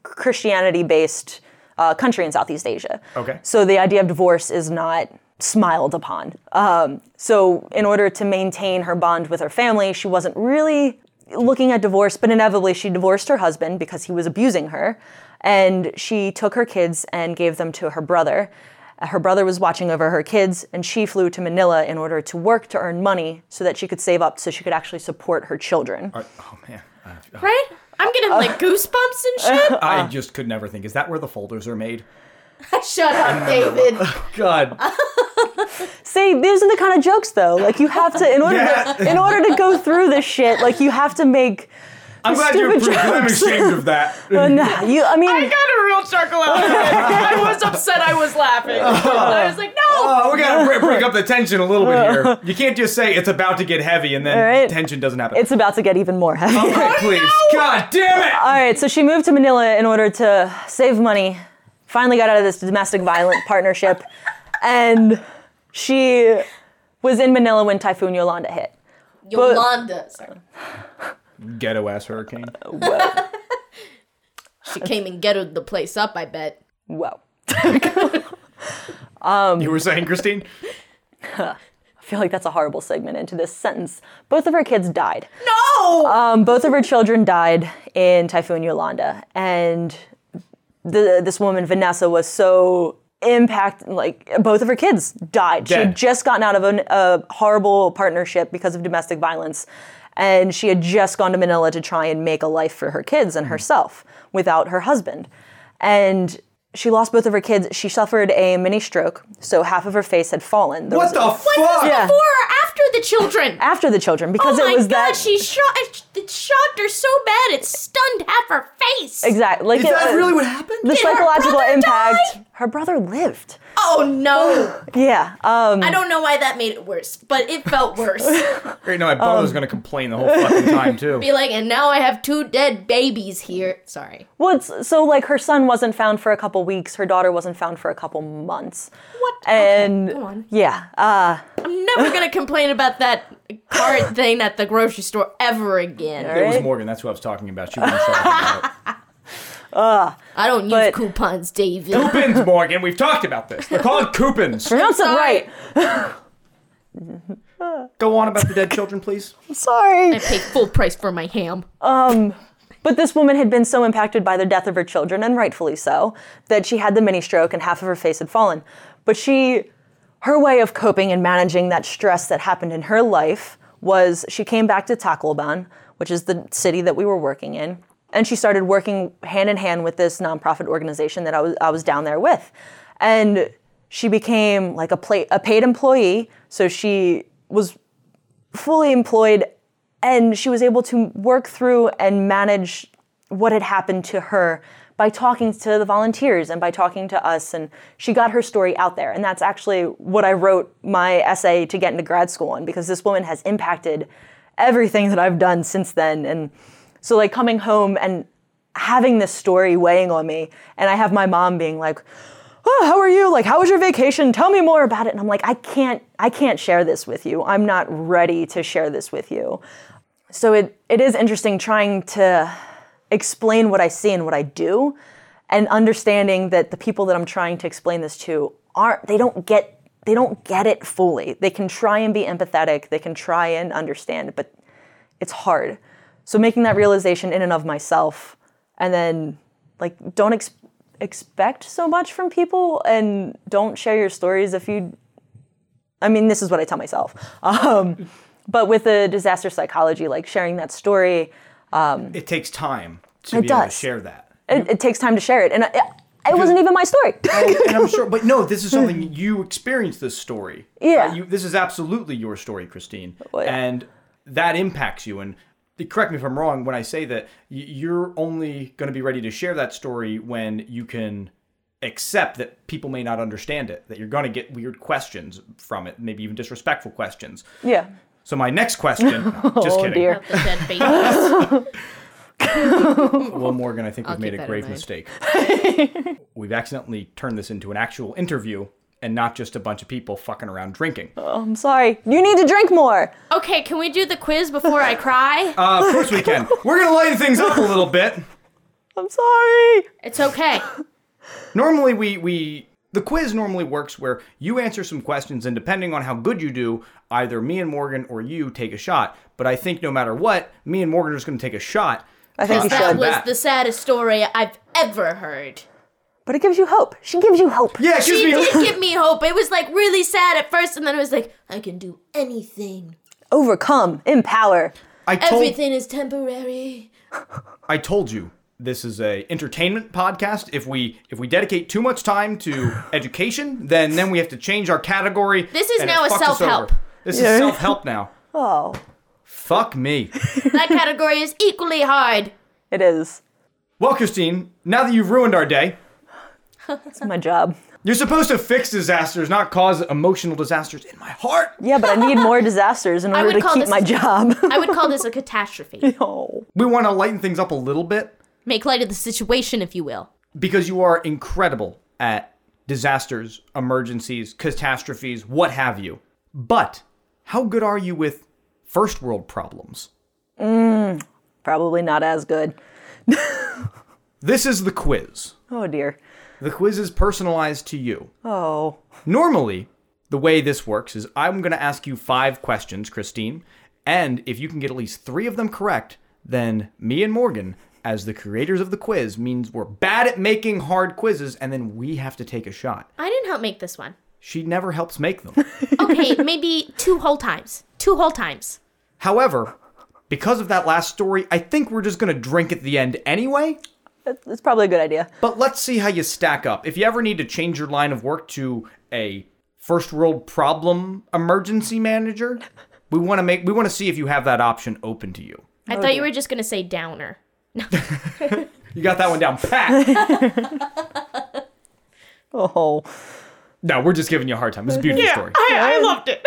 christianity based uh, country in southeast asia Okay. so the idea of divorce is not smiled upon um, so in order to maintain her bond with her family she wasn't really looking at divorce but inevitably she divorced her husband because he was abusing her and she took her kids and gave them to her brother her brother was watching over her kids, and she flew to Manila in order to work to earn money so that she could save up so she could actually support her children. All right. Oh man, I, Right? I'm getting uh, like goosebumps and shit. I just could never think. Is that where the folders are made? Shut up, David. God. See, these are the kind of jokes though. Like you have to in order to, Yeah. in order to go through this shit, like you have to make I'm glad you're Stupid approved. I'm jokes. Oh, ashamed of that. but nah, you I mean got a real chuckle out of it. I was upset I was laughing. I was like, no! Oh, we gotta break, break up the tension a little bit here. You can't just say it's about to get heavy and then right. tension doesn't happen. it's about to get even more heavy. All right, please. God damn it! All right, so she moved to Manila in order to save money. Finally, got out of this domestic violent partnership, and she was in Manila when Typhoon Yolanda hit. Yolanda. Sorry. Ghetto ass hurricane. Whoa. She came and ghettoed the place up, I bet. Whoa. You were saying, Christine? I feel like that's a horrible segment into this sentence. Both of her kids died. No! Um, both of her children died in Typhoon Yolanda, and the, this woman Vanessa was so impacted. Like both of her kids died. She Dead. had just gotten out of an, a horrible partnership because of domestic violence, and she had just gone to Manila to try and make a life for her kids and herself without her husband, and. She lost both of her kids. She suffered a mini stroke, so half of her face had fallen. There What was- the fuck? Yeah. Before or after the children? after the children because oh it was my god, that she shot, it shocked her so bad it stunned half her face. exactly like Is it- that really what happened? the Did her psychological brother impact. die? Her brother lived. Oh no. Yeah. Um, I don't know why that made it worse, but it felt worse. Great, no, my brother was going to complain the whole fucking time, too. Be like, and now I have two dead babies here. Sorry. well, it's, so like her son wasn't found for a couple weeks. Her daughter wasn't found for a couple months. What? And go on. yeah, uh, I'm never gonna complain about that card thing at the grocery store ever again. It was right? Morgan. That's who I was talking about. She wasn't talking about it. I don't use But- coupons, David. Coupons, Morgan. We've talked about this. They're called coupons. pronounce it sorry. right. Go on about the dead children, please. Sorry. I pay full price for my ham. But this woman had been so impacted by the death of her children, and rightfully so, that she had the mini stroke and half of her face had fallen. But she, her way of coping and managing that stress that happened in her life was she came back to Tacloban, which is the city that we were working in, and she started working hand in hand with this nonprofit organization that I was, I was down there with. And she became like a, pla- a paid employee, so she was fully employed and she was able to work through and manage what had happened to her by talking to the volunteers and by talking to us and she got her story out there and that's actually what i wrote my essay to get into grad school on because this woman has impacted everything that i've done since then and so like coming home and having this story weighing on me and i have my mom being like oh, how are you? Like, how was your vacation? Tell me more about it. And I'm like, I can't, I can't share this with you. I'm not ready to share this with you. So it, it is interesting trying to explain what I see and what I do and understanding that the people that I'm trying to explain this to aren't, they don't get, they don't get it fully. They can try and be empathetic. They can try and understand, but it's hard. So making that realization in and of myself and then like don't ex- expect so much from people and don't share your stories if you i mean this is what i tell myself um, but with the disaster psychology like sharing that story It takes time to It be able to does. share that. it, it takes time to share it and I, it wasn't even my story and I'm sure, but no, this is something you experienced this story. Yeah. Oh, Uh, you, this is absolutely your story, Christine. yeah. And that impacts you. And correct me if I'm wrong when I say that y- you're only going to be ready to share that story when you can accept that people may not understand it, that you're going to get weird questions from it, maybe even disrespectful questions. yeah So, my next question, no, just kidding. Oh, dear. The dead babies. Well, Morgan, I think we've made keep a that grave in mind. mistake. we've accidentally turned this into an actual interview and not just a bunch of people fucking around drinking. Uh, i'm sorry you need to drink more okay, can we do the quiz before I cry? Uh, of course we can. We're gonna lighten things up a little bit. i'm sorry it's okay. Normally, we we the quiz normally works where you answer some questions, and depending on how good you do, either me and Morgan or you take a shot. But I think no matter what, me and Morgan are just gonna take a shot. Uh, i think we That That should was Bad. the saddest story I've ever heard. but it gives you hope she gives you hope Yeah, excuse She me. did give me hope. It was like really sad at first, and then it was like, I can do anything. overcome empower I told Everything is temporary. I told you this is a entertainment podcast. If we if we dedicate too much time to education, then then we have to change our category. This is and it now a fucks us self-help. over. This Yeah. is self help now. oh Fuck me. That category is equally hard. it is Well, Christine, now that you've ruined our day, it's my job You're supposed to fix disasters, not cause emotional disasters in my heart. Yeah, but I need more disasters in order would to call keep this- my job. I would call this a catastrophe. oh. We want to lighten things up a little bit Make light of the situation, if you will. because you are incredible at disasters, emergencies, catastrophes, what have you. But how good are you with first world problems. Probably not as good. This is the quiz. Oh dear. The quiz is personalized to you. Oh. Normally, the way this works is I'm going to ask you five questions, Christine, and if you can get at least three of them correct, then me and Morgan, as the creators of the quiz, means we're bad at making hard quizzes, and then we have to take a shot. I didn't help make this one. She never helps make them. Okay, maybe two whole times. Two whole times. However, because of that last story, I think we're just going to drink at the end anyway. That- That's probably a good idea. But let's see how you stack up. If you ever need to change your line of work to a first world problem emergency manager, we want to make we want to see if you have that option open to you. I thought you were just gonna say downer. You got that one down pat. Oh. no, we're just giving you a hard time. It's a beautiful story. I, I loved it.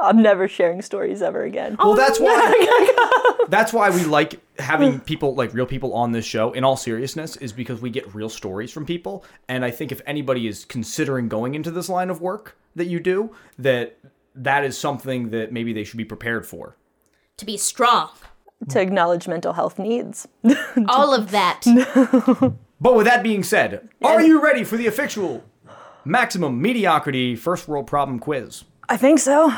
I'm never sharing stories ever again. Well, that's why that's why we like having people like real people on this show. In all seriousness, is because we get real stories from people, and I think if anybody is considering going into this line of work that you do, that that is something that maybe they should be prepared for. To be strong. To acknowledge mental health needs. All of that. But with that being said, are you ready for the official maximum mediocrity first world problem quiz? I think so.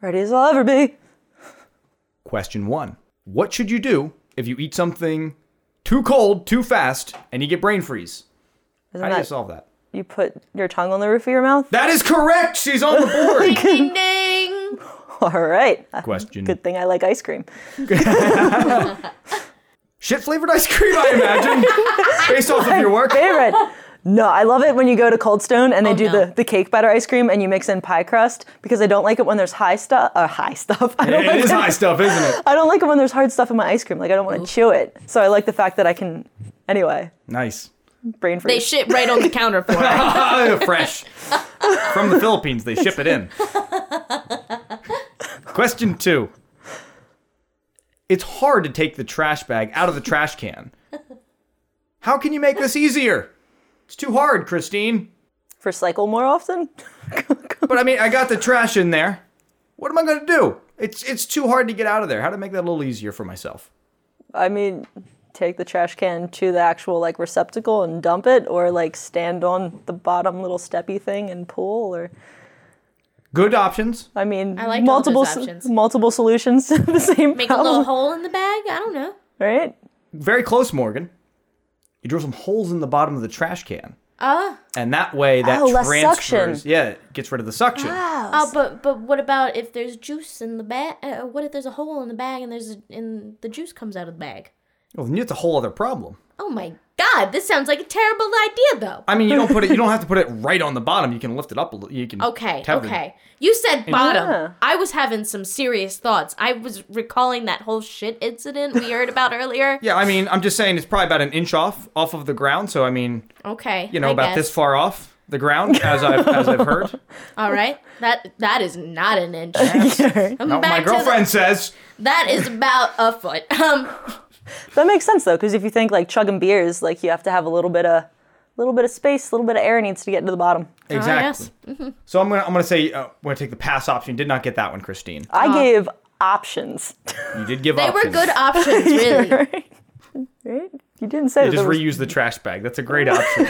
Ready as I'll ever be. Question one What should you do if you eat something too cold, too fast, and you get brain freeze? Isn't How do you that- solve that? you put your tongue on the roof of your mouth? That is correct! She's on the board! ding ding ding. All right. Question Good thing I like ice cream. Shit flavored ice cream, I imagine, based off of your work. Favorite. No, I love it when you go to Cold Stone and they Oh, do no. the, the cake batter ice cream and you mix in pie crust because I don't like it when there's high stuff or high stuff. I don't like It is high stuff, isn't it? I don't like it when there's hard stuff in my ice cream. Like I don't want to chew it. So I like the fact that I can. Anyway, Nice. brain They freeze. shit right on the counter for it. Fresh. From the Philippines, they ship it in. Question two. It's hard to take the trash bag out of the trash can. How can you make this easier? It's too hard, Christine. Recycle more often. But I mean, I got the trash in there. What am I going to do? It's it's too hard to get out of there. How to make that a little easier for myself? I mean, take the trash can to the actual like receptacle and dump it, or like stand on the bottom little steppy thing and pull, or Good options. I mean, I liked all multiple those so- options. multiple solutions to the same Make a problem, little hole in the bag. I don't know. right? Very close, Morgan. You drill some holes in the bottom of the trash can. Uh, And that way that Oh, less transfers. suction. Yeah, it gets rid of the suction. oh, but but what about if there's juice in the bag? Uh, what if there's a hole in the bag and there's a, and the juice comes out of the bag? Well, then it's a whole other problem. Oh my god, this sounds like a terrible idea though. I mean, you don't put it. You don't have to put it right on the bottom. You can lift it up a little. You can. Okay, have the- okay. You said bottom. Yeah. I was having some serious thoughts. I was recalling that whole shit incident we heard about earlier. yeah, I mean, I'm just saying it's probably about an inch off off of the ground. So I mean, Okay. you know, I about guess. this far off the ground, as I've as I've heard. All right. That that is not an inch. I'm Not what my back to the- Oh, girlfriend says. that is about a foot. Um. That makes sense though, because if you think like chugging beers, like you have to have a little bit of, little bit of space, a little bit of air needs to get to the bottom. oh, Exactly. So I'm gonna I'm gonna say uh, I'm gonna take the pass option. Did not get that one, Christine. I gave options. You did give They options. were good options, really. right? Right? You didn't say You that just there was- reuse the trash bag. That's a great option.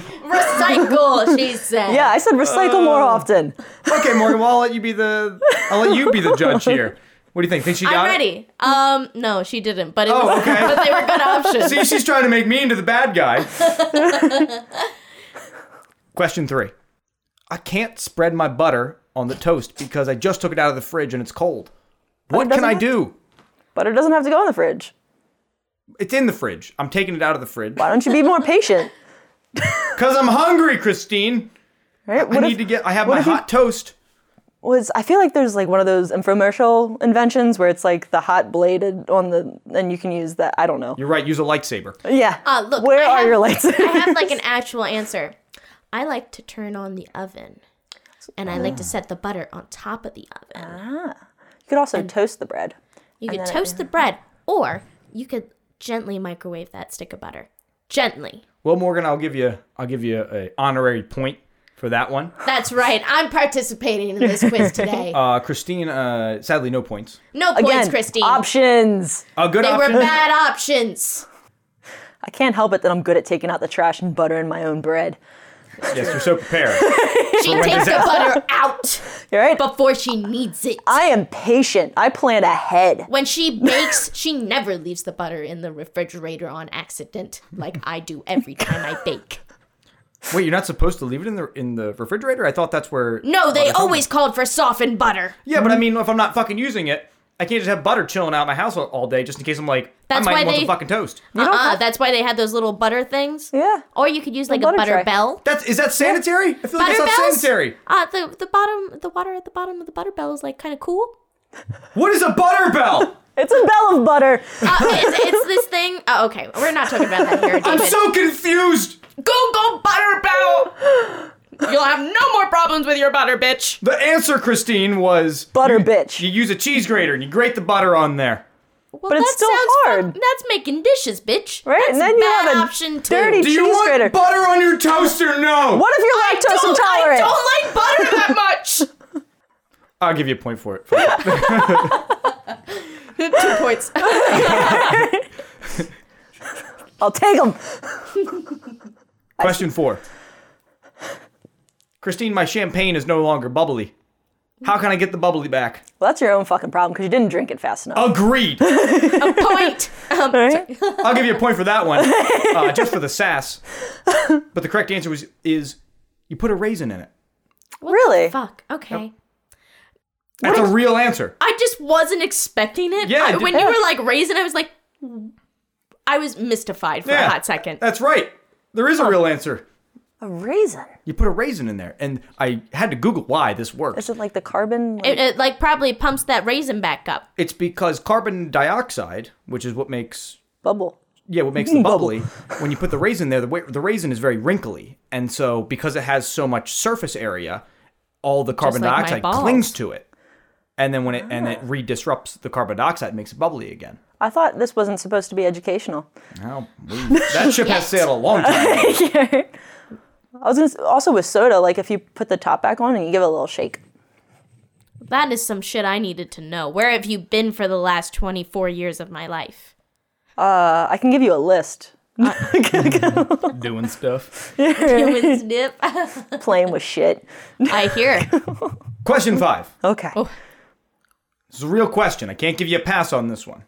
Recycle, she said. Yeah, I said recycle Uh. more often. okay, Morgan. Well, I'll let you be the I'll let you be the judge here. What do you think? Think she got I'm it? ready. Um, no, she didn't, but it Oh, was, okay. but they were good options. See, she's trying to make me into the bad guy. Question three. I can't spread my butter on the toast because I just took it out of the fridge and it's cold. What can doesn't I have- do? Butter doesn't have to go in the fridge. It's in the fridge. I'm taking it out of the fridge. Why don't you be more patient? Because I'm hungry, Christine. Right? I What need if to get, I have my hot toast. was I feel like there's like one of those infomercial inventions where it's like the hot bladed on the and you can use that I don't know. You're right, use a lightsaber. Yeah. Uh, look, where I are have- your lights? I have like an actual answer. I like to turn on the oven, and I like Ah. to set the butter on top of the oven. you could also toast the bread. You could toast the bread, or you could gently microwave that stick of butter. Gently. Well, Morgan, I'll give you, I'll give you a honorary point for that one. That's right. I'm participating in this quiz today. Uh, Christine, uh, sadly, no points. no points, Again, Christine. options. A good they option. were bad options. I can't help it that I'm good at taking out the trash and buttering my own bread. Yes, you're so prepared. She takes the butter out All right. before she needs it. I am patient. I plan ahead. When she bakes, she never leaves the butter in the refrigerator on accident, like I do every time I bake. Wait, you're not supposed to leave it in the in the refrigerator? I thought that's where. No, they butter comes- always Mm. called for softened butter. Yeah, but I mean, if I'm not fucking using it, I can't just have butter chilling out in my house all- all day just in case I'm like, That's I might why want they- some fucking toast. Uh-uh, that's why they had those little butter things. Yeah. Or you could use like a butter butter tray. bell. That's is that sanitary? I feel like Butter that's not bells? sanitary. Uh, the the bottom, the water at the bottom of the butter bell is like kind of cool. What is a butter bell? It's a bell of butter. Uh, it's, it's this thing. Oh, okay, we're not talking about that here, I'm David. so confused. Google butter bell. You'll have no more problems with your butter, bitch. The answer, Christine, was Butter you- bitch. You use a cheese grater and you grate the butter on there. Well, But it's that still sounds hard. fuck- that's making dishes, bitch. Right? That's and then you bad have a option too. dirty Do cheese you want grater. butter on your toast or no? what if you're lactose intolerant? I don't like butter that much. I'll give you a point for it. For it. Two points. I'll take them. Question four. Christine, my champagne is no longer bubbly. How can I get the bubbly back? Well, that's your own fucking problem because you didn't drink it fast Oh, enough. Agreed. Point. Um, Right? I'll give you a point for that one, uh, just for the sass. But the correct answer was is you put a raisin in it. Really? fuck. Okay. That's a real answer. I just wasn't expecting it. Yeah, I- d- when you were like raisin, I was like, I was mystified for Yeah. a hot second. That's right. There is a real answer. A raisin. You put a raisin in there, and I had to Google why this works. Is it like the carbon? It, it like probably pumps that raisin back up. It's because carbon dioxide, which is what makes bubble. yeah, what makes the bubbly. when you put the raisin there, the wa- the raisin is very wrinkly, and so because it has so much surface area, all the carbon like my dioxide balls. Ah. clings to it, and then when it and it redisrupts the carbon dioxide, it makes it bubbly again. I thought this wasn't supposed to be educational. Now we- that ship has sailed a long time. ago. I was gonna, s- also with soda, like if you put the top back on and you give it a little shake. That is some shit I needed to know. Where have you been for the last 24 years of my life? Uh, I can give you a list. Doing stuff. Doing snip. Playing with shit. I hear. Question five. Okay. This is a real question. I can't give you a pass on this one.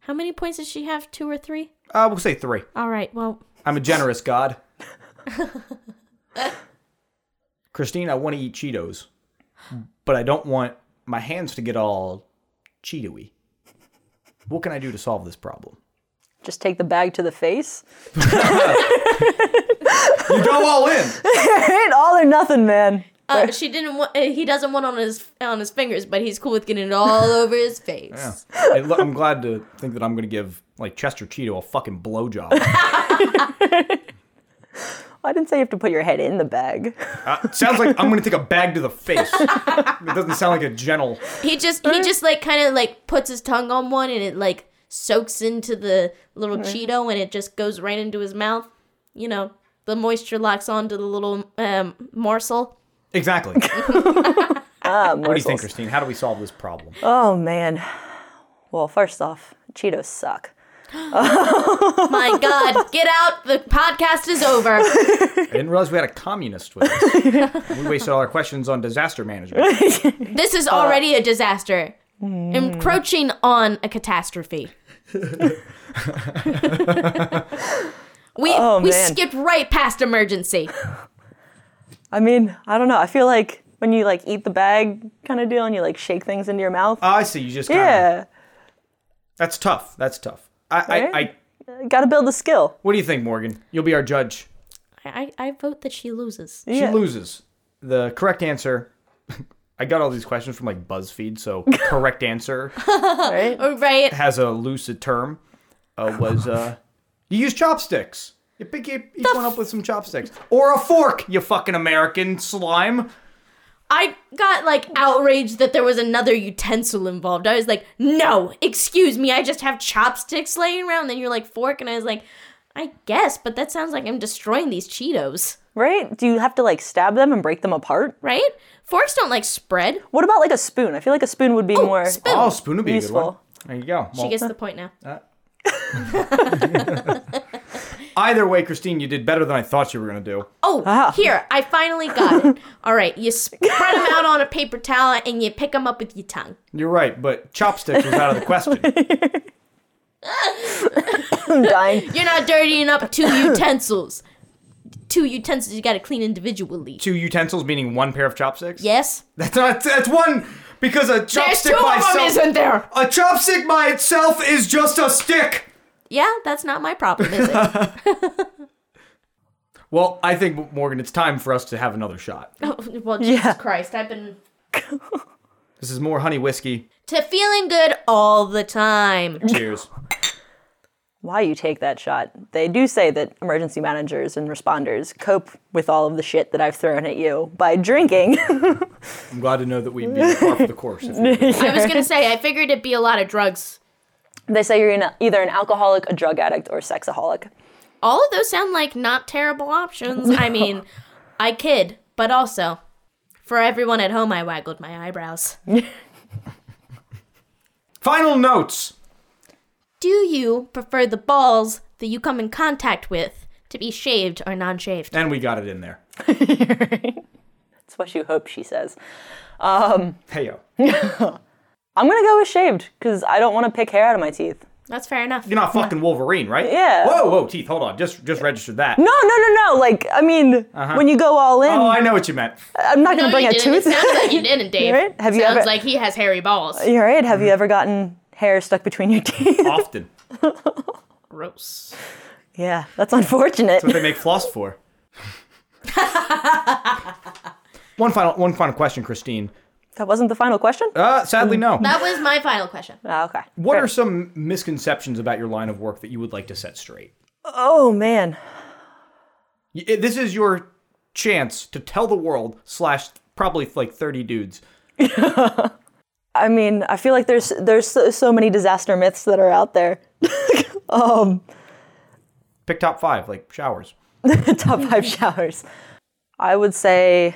How many points does she have? Two or three? Uh, we'll say three. All right. Well, I'm a generous god. Christine, I want to eat Cheetos, but I don't want my hands to get all Cheetoy. What can I do to solve this problem? Just take the bag to the face. You go all in. Ain't all or nothing, man. uh, she didn't. Wa- uh, he doesn't want on his on his fingers, but he's cool with getting it all over his face. I, am glad to think that I'm going to give like Chester Cheeto a fucking blowjob. I didn't say you have to put your head in the bag. Uh, sounds like I'm going to take a bag to the face. It doesn't sound like a gentle. He just he just like kind of like puts his tongue on one, and it like soaks into the little Cheeto, and it just goes right into his mouth. You know, the moisture locks onto the little um, morsel. Exactly. What Ah, do you think, morsels. Christine? How do we solve this problem? Oh man. Well, first off, Cheetos suck. My God, get out! The podcast is over. I didn't realize we had a communist with us. we wasted all our questions on disaster management. This Uh, is already a disaster, mm. encroaching on a catastrophe. we Oh, we man. skipped right past emergency. I mean, I don't know. I feel like when you like eat the bag kind of deal and you like shake things into your mouth. Oh, I see. You just kinda, yeah. That's tough. That's tough. I, I, I, Right? Got to build the skill. what do you think, Morgan? You'll be our judge. I, I I vote that she loses. She Yeah. loses. The correct answer. I got all these questions from like BuzzFeed, so correct answer Right? Oh, Right? has a lucid term. Uh, was uh, you use chopsticks. You pick e- each one up with some chopsticks or a fork. You fucking American slime. I got like outraged that there was another utensil involved. I was like, no, excuse me, I just have chopsticks laying around. Then you're like fork, and I was like, I guess, but that sounds like I'm destroying these Cheetos, Right? Do you have to like stab them and break them apart? right? Forks don't like spread. What about like a spoon? I feel like a spoon would be more. spoon. Oh, spoon would be a good one. Useful. There you go. She Well, gets the point now. either way, Christine, you did better than I thought you were going to do. Oh, here, I finally got it. All right, you spread them out on a paper towel and you pick them up with your tongue. You're right, but chopsticks was out of the question. I'm dying. You're not dirtying up two utensils. Two utensils you gotta clean individually. Two utensils meaning one pair of chopsticks? Yes? That's not, that's one, because a There's chopstick two by of them, itself. isn't there? a chopstick by itself is just a stick. Yeah, that's not my problem, is it? Well, I think, Morgan, it's time for us to have another shot. Oh, well, Jesus Yeah. Christ, I've been This is more honey whiskey. to feeling good all the time. Cheers. Why you take that shot? They do say that emergency managers and responders cope with all of the shit that I've thrown at you by drinking. I'm glad to know that we'd be par for the course. if we did. I was gonna say, I figured it'd be a lot of drugs. they say you're an, either an alcoholic, a drug addict, or a sexaholic. All of those sound like not terrible options. I mean, I kid, but also, for everyone at home, I waggled my eyebrows. Final notes. Do you prefer the balls that you come in contact with to be shaved or non shaved? And we got it in there. It's what you hope she says. Hey, yo. I'm gonna go with shaved because I don't want to pick hair out of my teeth. That's fair enough. You're not fucking Wolverine, right? Yeah. Whoa, whoa, teeth. Hold on. Just, just registered that. No, no, no, no. Like I mean, when you go all in, Oh, I know what you meant. I'm not gonna bring you a didn't. tooth. It sounds like you didn't, Dave. Right? Have you sounds ever- like he has hairy balls. You're right. Have you ever gotten hair stuck between your teeth? Often. That's Gross. yeah, that's unfortunate. what they make floss for. one final, one final question, Christine. That wasn't the final question. Uh, sadly, no. That was my final question. Ah, okay. What Fair. are some misconceptions about your line of work that you would like to set straight? Oh man. Y- it- This is your chance to tell the world slash probably like 30 dudes. I mean, I feel like there's there's so, so many disaster myths that are out there. Pick top five, like showers. Top five showers. I would say.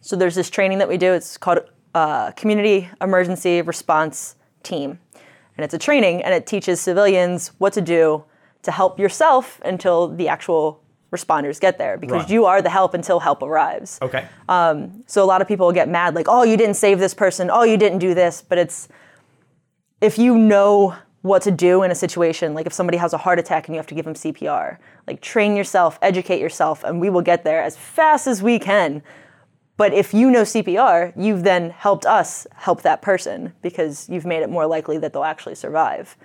So there's this training that we do. It's called uh, Community Emergency Response Team, and it's a training, and it teaches civilians what to do to help yourself until the actual responders get there, because Right. you are the help until help arrives. Okay. So a lot of people get mad, like, oh, you didn't save this person, oh, you didn't do this. But it's if you know what to do in a situation, like if somebody has a heart attack and you have to give them CPR, like train yourself, educate yourself, and we will get there as fast as we can. But if you know CPR, you've then helped us help that person because you've made it more likely that they'll actually survive.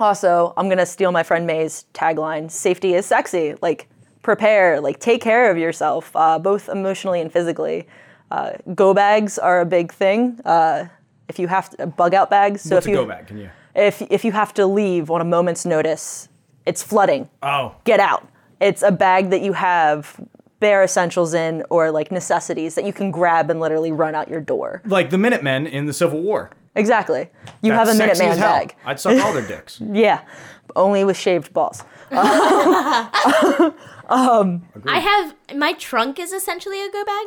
Also, I'm gonna steal my friend May's tagline: "Safety is sexy." Like, prepare, like, take care of yourself, uh, both emotionally and physically. Uh, go bags are a big thing. Uh, if you have to, bug out bags. So What's if a you go back? Can you? if if you have to leave on a moment's notice, it's flooding. Oh, Get out. It's a bag that you have bare essentials in or like necessities that you can grab and literally run out your door. like the Minutemen in the Civil War. Exactly. You That's have a sexy Minuteman as hell. bag. I'd suck all their dicks. Yeah. Only with shaved balls. I have my trunk is essentially a go bag.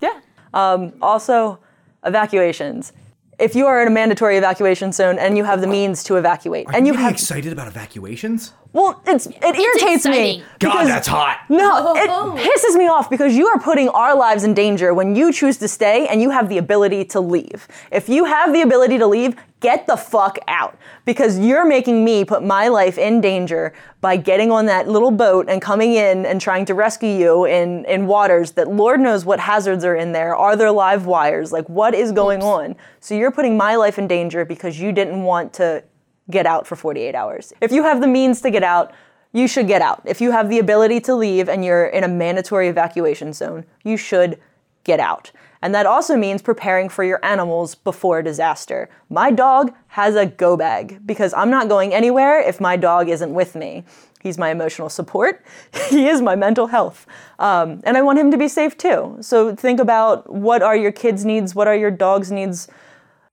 Yeah. Um, also, evacuations. If you are in a mandatory evacuation zone and you have the means to evacuate, and you Getting have excited about evacuations? well, it's it irritates exciting. me. God, because- that's hot. No, it pisses me off because you are putting our lives in danger when you choose to stay and you have the ability to leave. If you have the ability to leave, get the fuck out because you're making me put my life in danger by getting on that little boat and coming in and trying to rescue you in, in waters that Lord knows what hazards are in there. Are there live wires? Like, what is going on? So you're putting my life in danger because you didn't want to get out for 48 hours. If you have the means to get out, you should get out. If you have the ability to leave and you're in a mandatory evacuation zone, you should get out. And that also means preparing for your animals before disaster. My dog has a go bag because I'm not going anywhere if my dog isn't with me. He's my emotional support. he is my mental health. Um, and I want him to be safe too. So think about what are your kids' needs? What are your dog's needs?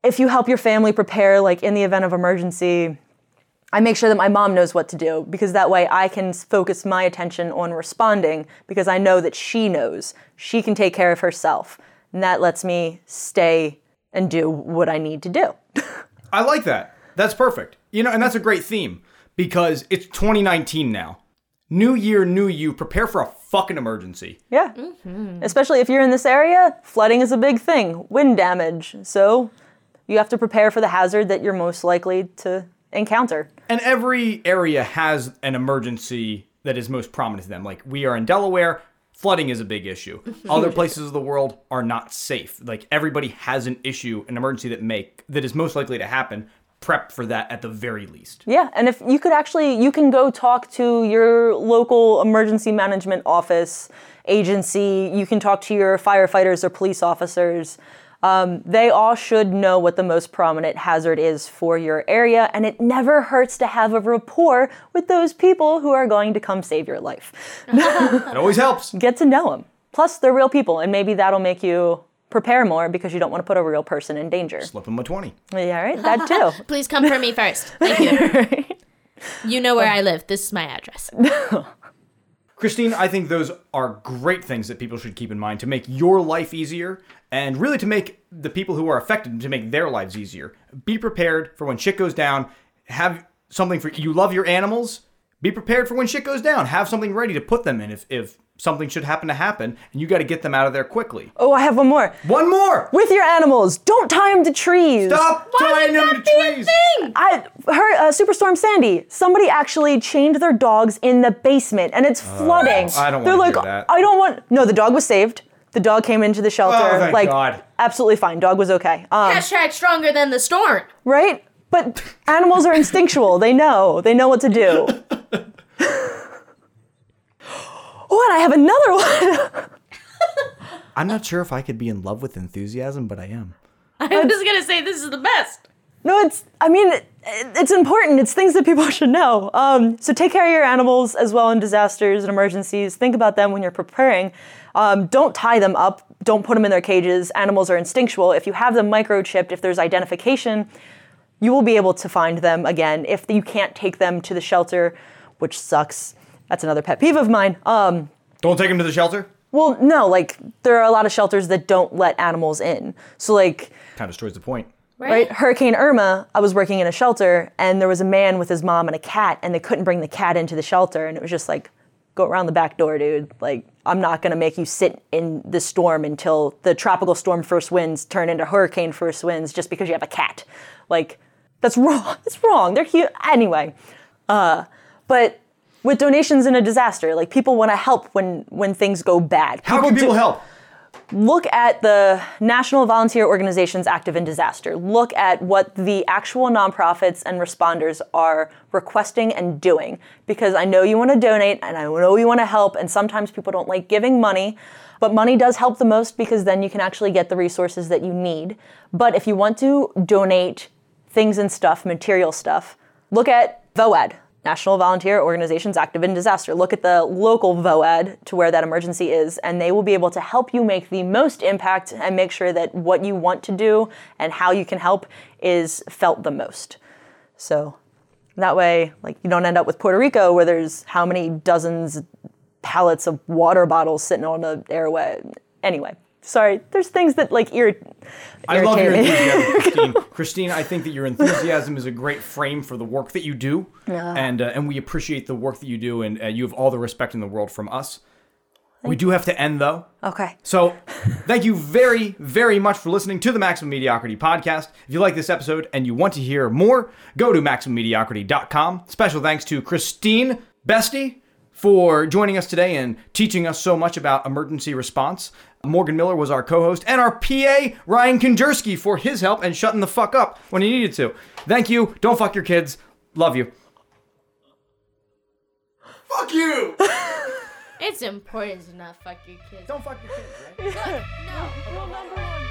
if you help your family prepare, like in the event of emergency, I make sure that my mom knows what to do because that way I can s- focus my attention on responding because I know that she knows. She can take care of herself. And that lets me stay and do what I need to do. I like that. That's perfect. You know, and that's a great theme because it's 2019 now. New year, new you. Prepare for a fucking emergency. Yeah. Especially if you're in this area, flooding is a big thing, wind damage. So you have to prepare for the hazard that you're most likely to encounter. And every area has an emergency that is most prominent to them. Like we are in Delaware, flooding is a big issue. Other places of the world are not safe. Like everybody has an issue, an emergency that make that is most likely to happen. Prep for that at the very least. Yeah, and if you could actually, you can go talk to your local emergency management office, agency, you can talk to your firefighters or police officers. Um, they all should know what the most prominent hazard is for your area, and it never hurts to have a rapport with those people who are going to come save your life. It always helps. Get to know them. Plus, they're real people, and maybe that'll make you prepare more because you don't want to put a real person in danger. Slip him a 20. Yeah, right? That too. Please come for me first. Thank you. You know Oh. where I live. This is my address. Christine, I think those are great things that people should keep in mind to make your life easier and really to make the people who are affected to make their lives easier. Be prepared for when shit goes down. Have something for you love your animals. Be prepared for when shit goes down. Have something ready to put them in if, if something should happen to happen and you got to get them out of there quickly. oh, I have one more. One more. With your animals, don't tie them to trees. Stop tying them to trees. I her uh, Superstorm Sandy. Somebody actually chained their dogs in the basement, and it's flooding. Uh, I don't They're wanna like, hear that. I don't want. No, the dog was saved. The dog came into the shelter. Oh, thank like, God. absolutely fine. Dog was okay. Um, Hashtag stronger than the storm. Right? But animals are instinctual. They know. They know what to do. oh, and I have another one. I'm not sure if I could be in love with enthusiasm, but I am. I was gonna say this is the best. No, it's. I mean, it, it's important. It's things that people should know. Um, so take care of your animals as well in disasters and emergencies. Think about them when you're preparing. Um, don't tie them up. Don't put them in their cages. Animals are instinctual. If you have them microchipped, if there's identification, you will be able to find them again. If you can't take them to the shelter, which sucks. That's another pet peeve of mine. Um, Don't take them to the shelter. well, no, like there are a lot of shelters that don't let animals in. So like Kind of destroys the point. Right? right? Hurricane Irma, I was working in a shelter and there was a man with his mom and a cat and they couldn't bring the cat into the shelter and it was just like go around the back door, dude. Like I'm not going to make you sit in the storm until the tropical storm first winds turn into hurricane first winds just because you have a cat. Like that's wrong. That's wrong. They're cute. Anyway, uh but with donations in a disaster, like people want to help when when things go bad. How can do- people help? look at the National Volunteer Organizations Active in Disaster. Look at what the actual nonprofits and responders are requesting and doing. Because I know you want to donate and I know you want to help, and sometimes people don't like giving money, but money does help the most because then you can actually get the resources that you need. But if you want to donate things and stuff, material stuff, look at VOAD. National Volunteer Organizations Active in Disaster. Look at the local VOAD to where that emergency is, and they will be able to help you make the most impact and make sure that what you want to do and how you can help is felt the most. So that way, like you don't end up with Puerto Rico where there's how many dozens pallets of water bottles sitting on the airway. Anyway, sorry, there's things that like irritate. I love your irritate me. enthusiasm, Christine. Christine, I think that your enthusiasm is a great frame for the work that you do, and uh, and we appreciate the work that you do, and uh, you have all the respect in the world from us. We do have to end though. Okay. So, thank you very, very much for listening to the Maximum Mediocrity podcast. If you like this episode and you want to hear more, go to MaximumMediocrity.com. Special thanks to Christine Bestie for joining us today and teaching us so much about emergency response. Morgan Miller was our co host, and our PA, Ryan Kondersky, for his help and shutting the fuck up when he needed to. Thank you. Don't fuck your kids. Love you. Fuck you! It's important to not fuck your kids. Don't fuck your kids, right? No.